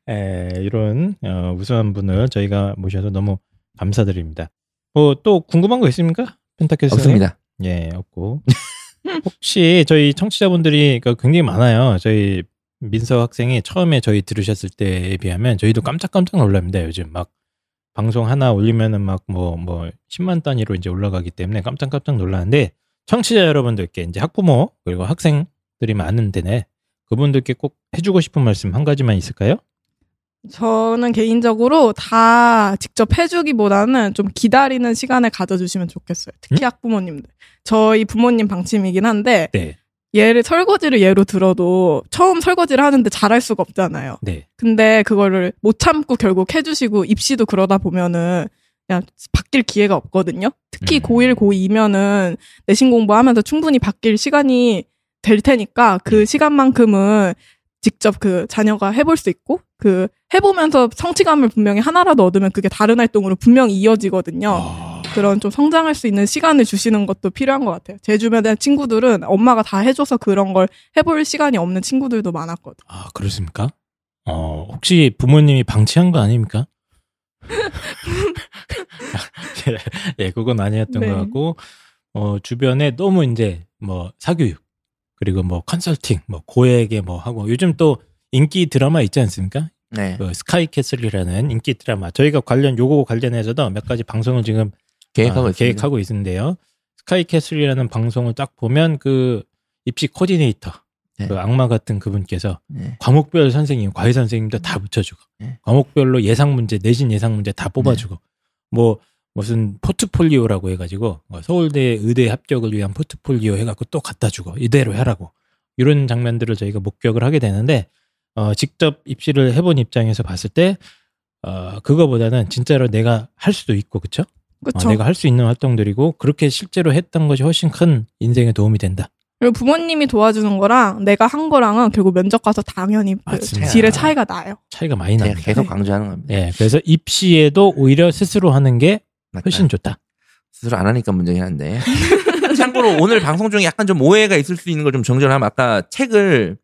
Speaker 1: 에, 예, 이런 어, 우수한 분을 저희가 모셔서 너무 감사드립니다. 뭐 또 궁금한 거 있습니까? 펜타켓
Speaker 3: 없습니다.
Speaker 1: 예, 없고. 혹시 저희 청취자분들이 그러니까 굉장히 많아요. 저희 민서 학생이 처음에 저희 들으셨을 때에 비하면 저희도 깜짝깜짝 놀랍니다. 요즘 막 방송 하나 올리면은 막 뭐 뭐 10만 단위로 이제 올라가기 때문에 깜짝깜짝 놀랐는데 청취자 여러분들께 이제 학부모 그리고 학생들이 많은데네 그분들께 꼭 해주고 싶은 말씀 한 가지만 있을까요?
Speaker 2: 저는 개인적으로 다 직접 해주기보다는 좀 기다리는 시간을 가져주시면 좋겠어요. 특히 학부모님들. 저희 부모님 방침이긴 한데
Speaker 1: 네,
Speaker 2: 얘를 설거지를 예로 들어도 처음 설거지를 하는데 잘할 수가 없잖아요.
Speaker 1: 네,
Speaker 2: 근데 그거를 못 참고 결국 해주시고 입시도 그러다 보면은 그냥 바뀔 기회가 없거든요. 특히
Speaker 1: 음.
Speaker 2: 고1, 고2면은 내신 공부하면서 충분히 바뀔 시간이 될 테니까 그 시간만큼은 직접 그 자녀가 해볼 수 있고 그 해보면서 성취감을 분명히 하나라도 얻으면 그게 다른 활동으로 분명히 이어지거든요.
Speaker 1: 아.
Speaker 2: 그런 좀 성장할 수 있는 시간을 주시는 것도 필요한 것 같아요. 제 주변의 친구들은 엄마가 다 해줘서 그런 걸 해볼 시간이 없는 친구들도 많았거든.
Speaker 1: 아 그렇습니까? 어 혹시 부모님이 방치한 거 아닙니까? 예, 예, 그건 아니었던
Speaker 2: 네.
Speaker 1: 것 같고 어 주변에 너무 이제 뭐 사교육 그리고 뭐 컨설팅 뭐 고액에 뭐 하고 요즘 또 인기 드라마 있지 않습니까?
Speaker 3: 네.
Speaker 1: 그 스카이캐슬이라는 인기 드라마 저희가 관련 요거 관련해서도 몇 가지 방송을 지금
Speaker 3: 계획하고
Speaker 1: 아,
Speaker 3: 있습니다.
Speaker 1: 계획하고 있는데요. 스카이캐슬이라는 방송을 딱 보면 그 입시 코디네이터
Speaker 3: 네.
Speaker 1: 그 악마 같은 그분께서
Speaker 3: 네.
Speaker 1: 과목별 선생님, 과외 선생님도 다 붙여주고
Speaker 3: 네.
Speaker 1: 과목별로 예상 문제, 내신 예상 문제 다 뽑아주고 뭐 무슨 포트폴리오라고 해가지고 뭐 서울대 의대 합격을 위한 포트폴리오 해갖고 또 갖다 주고 이대로 하라고 이런 장면들을 저희가 목격을 하게 되는데 어, 직접 입시를 해본 입장에서 봤을 때 어, 그거보다는 진짜로 내가 할 수도 있고 그쵸? 어,
Speaker 2: 그쵸?
Speaker 1: 내가 할 수 있는 활동들이고 그렇게 실제로 했던 것이 훨씬 큰 인생에 도움이 된다.
Speaker 2: 그리고 부모님이 도와주는 거랑 내가 한 거랑은 결국 면접 가서 당연히 그
Speaker 1: 맞습니다.
Speaker 2: 질의 차이가 나요.
Speaker 1: 차이가 많이
Speaker 3: 제가
Speaker 1: 납니다.
Speaker 3: 네, 계속 강조하는 겁니다.
Speaker 1: 예, 그래서 입시에도 오히려 스스로 하는 게
Speaker 3: 맞다.
Speaker 1: 훨씬 좋다.
Speaker 3: 스스로 안 하니까 문제긴 한데. 참고로 오늘 방송 중에 약간 좀 오해가 있을 수 있는 걸 좀 정정하면 아까 책을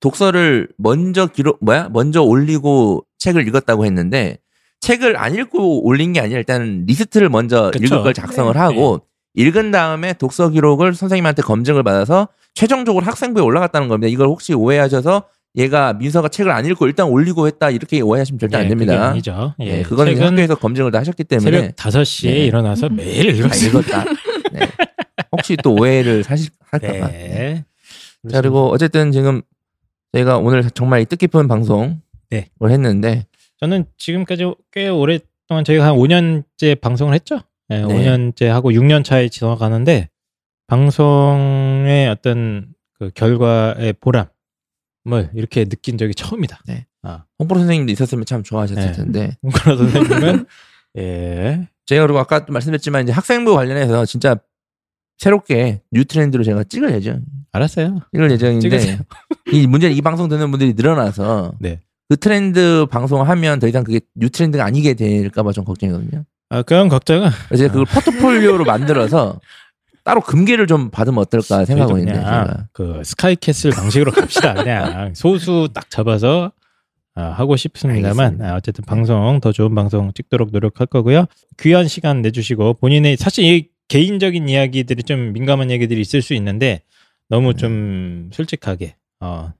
Speaker 3: 독서를 먼저 기록 뭐야 먼저 올리고 책을 읽었다고 했는데 책을 안 읽고 올린 게 아니라 일단 리스트를 먼저
Speaker 1: 그쵸.
Speaker 3: 읽을 걸 작성을
Speaker 2: 네.
Speaker 3: 하고 읽은 다음에 독서 기록을 선생님한테 검증을 받아서 최종적으로 학생부에 올라갔다는 겁니다. 이걸 혹시 오해하셔서 얘가 민서가 책을 안 읽고 일단 올리고 했다 이렇게 오해하시면 절대
Speaker 1: 예,
Speaker 3: 안
Speaker 1: 그게
Speaker 3: 됩니다.
Speaker 1: 아니죠. 예,
Speaker 3: 예, 그건
Speaker 1: 최근
Speaker 3: 학교에서 검증을 다 하셨기 때문에
Speaker 1: 새벽 5시에
Speaker 3: 네.
Speaker 1: 일어나서
Speaker 2: 음.
Speaker 1: 매일
Speaker 3: 다
Speaker 1: 읽었어요.
Speaker 3: 읽었다. 네. 혹시 또 오해를 사실 할까봐. 네.
Speaker 1: 네.
Speaker 3: 자 그리고 어쨌든 지금 저희가 오늘 정말 이 뜻깊은 방송을
Speaker 1: 네.
Speaker 3: 했는데
Speaker 1: 저는 지금까지 꽤 오랫동안 저희가 한 5년째 방송을 했죠. 예,
Speaker 3: 네.
Speaker 1: 5년째 하고 6년 차에 지나가는데 방송의 어떤 그 결과의 보람을 이렇게 느낀 적이 처음이다.
Speaker 3: 홍보로 선생님도 있었으면 참 좋아하셨을
Speaker 1: 네.
Speaker 3: 텐데
Speaker 1: 홍카라 선생님은 예.
Speaker 3: 제가 그리고 아까 도 말씀드렸지만 이제 학생부 관련해서 진짜 새롭게 뉴 트렌드로 제가 찍을 예정
Speaker 1: 알았어요.
Speaker 3: 찍을 예정인데
Speaker 1: 찍으세요.
Speaker 3: 이 문제는 이 방송 듣는 분들이 늘어나서
Speaker 1: 네.
Speaker 3: 그 트렌드 방송을 하면 더 이상 그게 뉴 트렌드가 아니게 될까봐 좀 걱정이거든요.
Speaker 1: 아, 그런 걱정은
Speaker 3: 그래서 제가 그걸 포트폴리오로 만들어서 따로 금계를 좀 받으면 어떨까 생각하고
Speaker 1: 저희도
Speaker 3: 있는데
Speaker 1: 그냥
Speaker 3: 제가.
Speaker 1: 그 스카이캐슬 방식으로 갑시다. 그냥 소수 딱 잡아서 아, 하고 싶습니다만
Speaker 3: 알겠습니다.
Speaker 1: 아, 어쨌든 방송 더 좋은 방송 찍도록 노력할 거고요. 귀한 시간 내주시고 본인의 사실 이 개인적인 이야기들이 좀 민감한 얘기들이 있을 수 있는데 너무
Speaker 3: 네.
Speaker 1: 좀 솔직하게 어,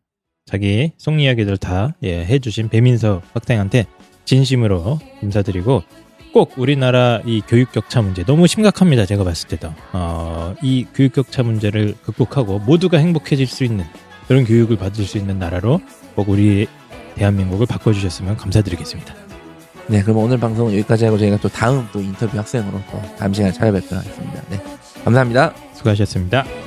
Speaker 1: 자기 속 이야기들 다 예, 해주신 배민서 학생한테 진심으로 감사드리고 꼭 우리나라 이 교육 격차 문제 너무 심각합니다. 제가 봤을 때도 어, 이 교육 격차 문제를 극복하고 모두가 행복해질 수 있는 그런 교육을 받을 수 있는 나라로 꼭 우리 대한민국을 바꿔주셨으면 감사드리겠습니다.
Speaker 3: 네, 그럼 오늘 방송은 여기까지 하고 저희가 또 다음 또 인터뷰 학생으로 또 다음 시간에 찾아뵙도록 하겠습니다. 네, 감사합니다.
Speaker 1: 수고하셨습니다.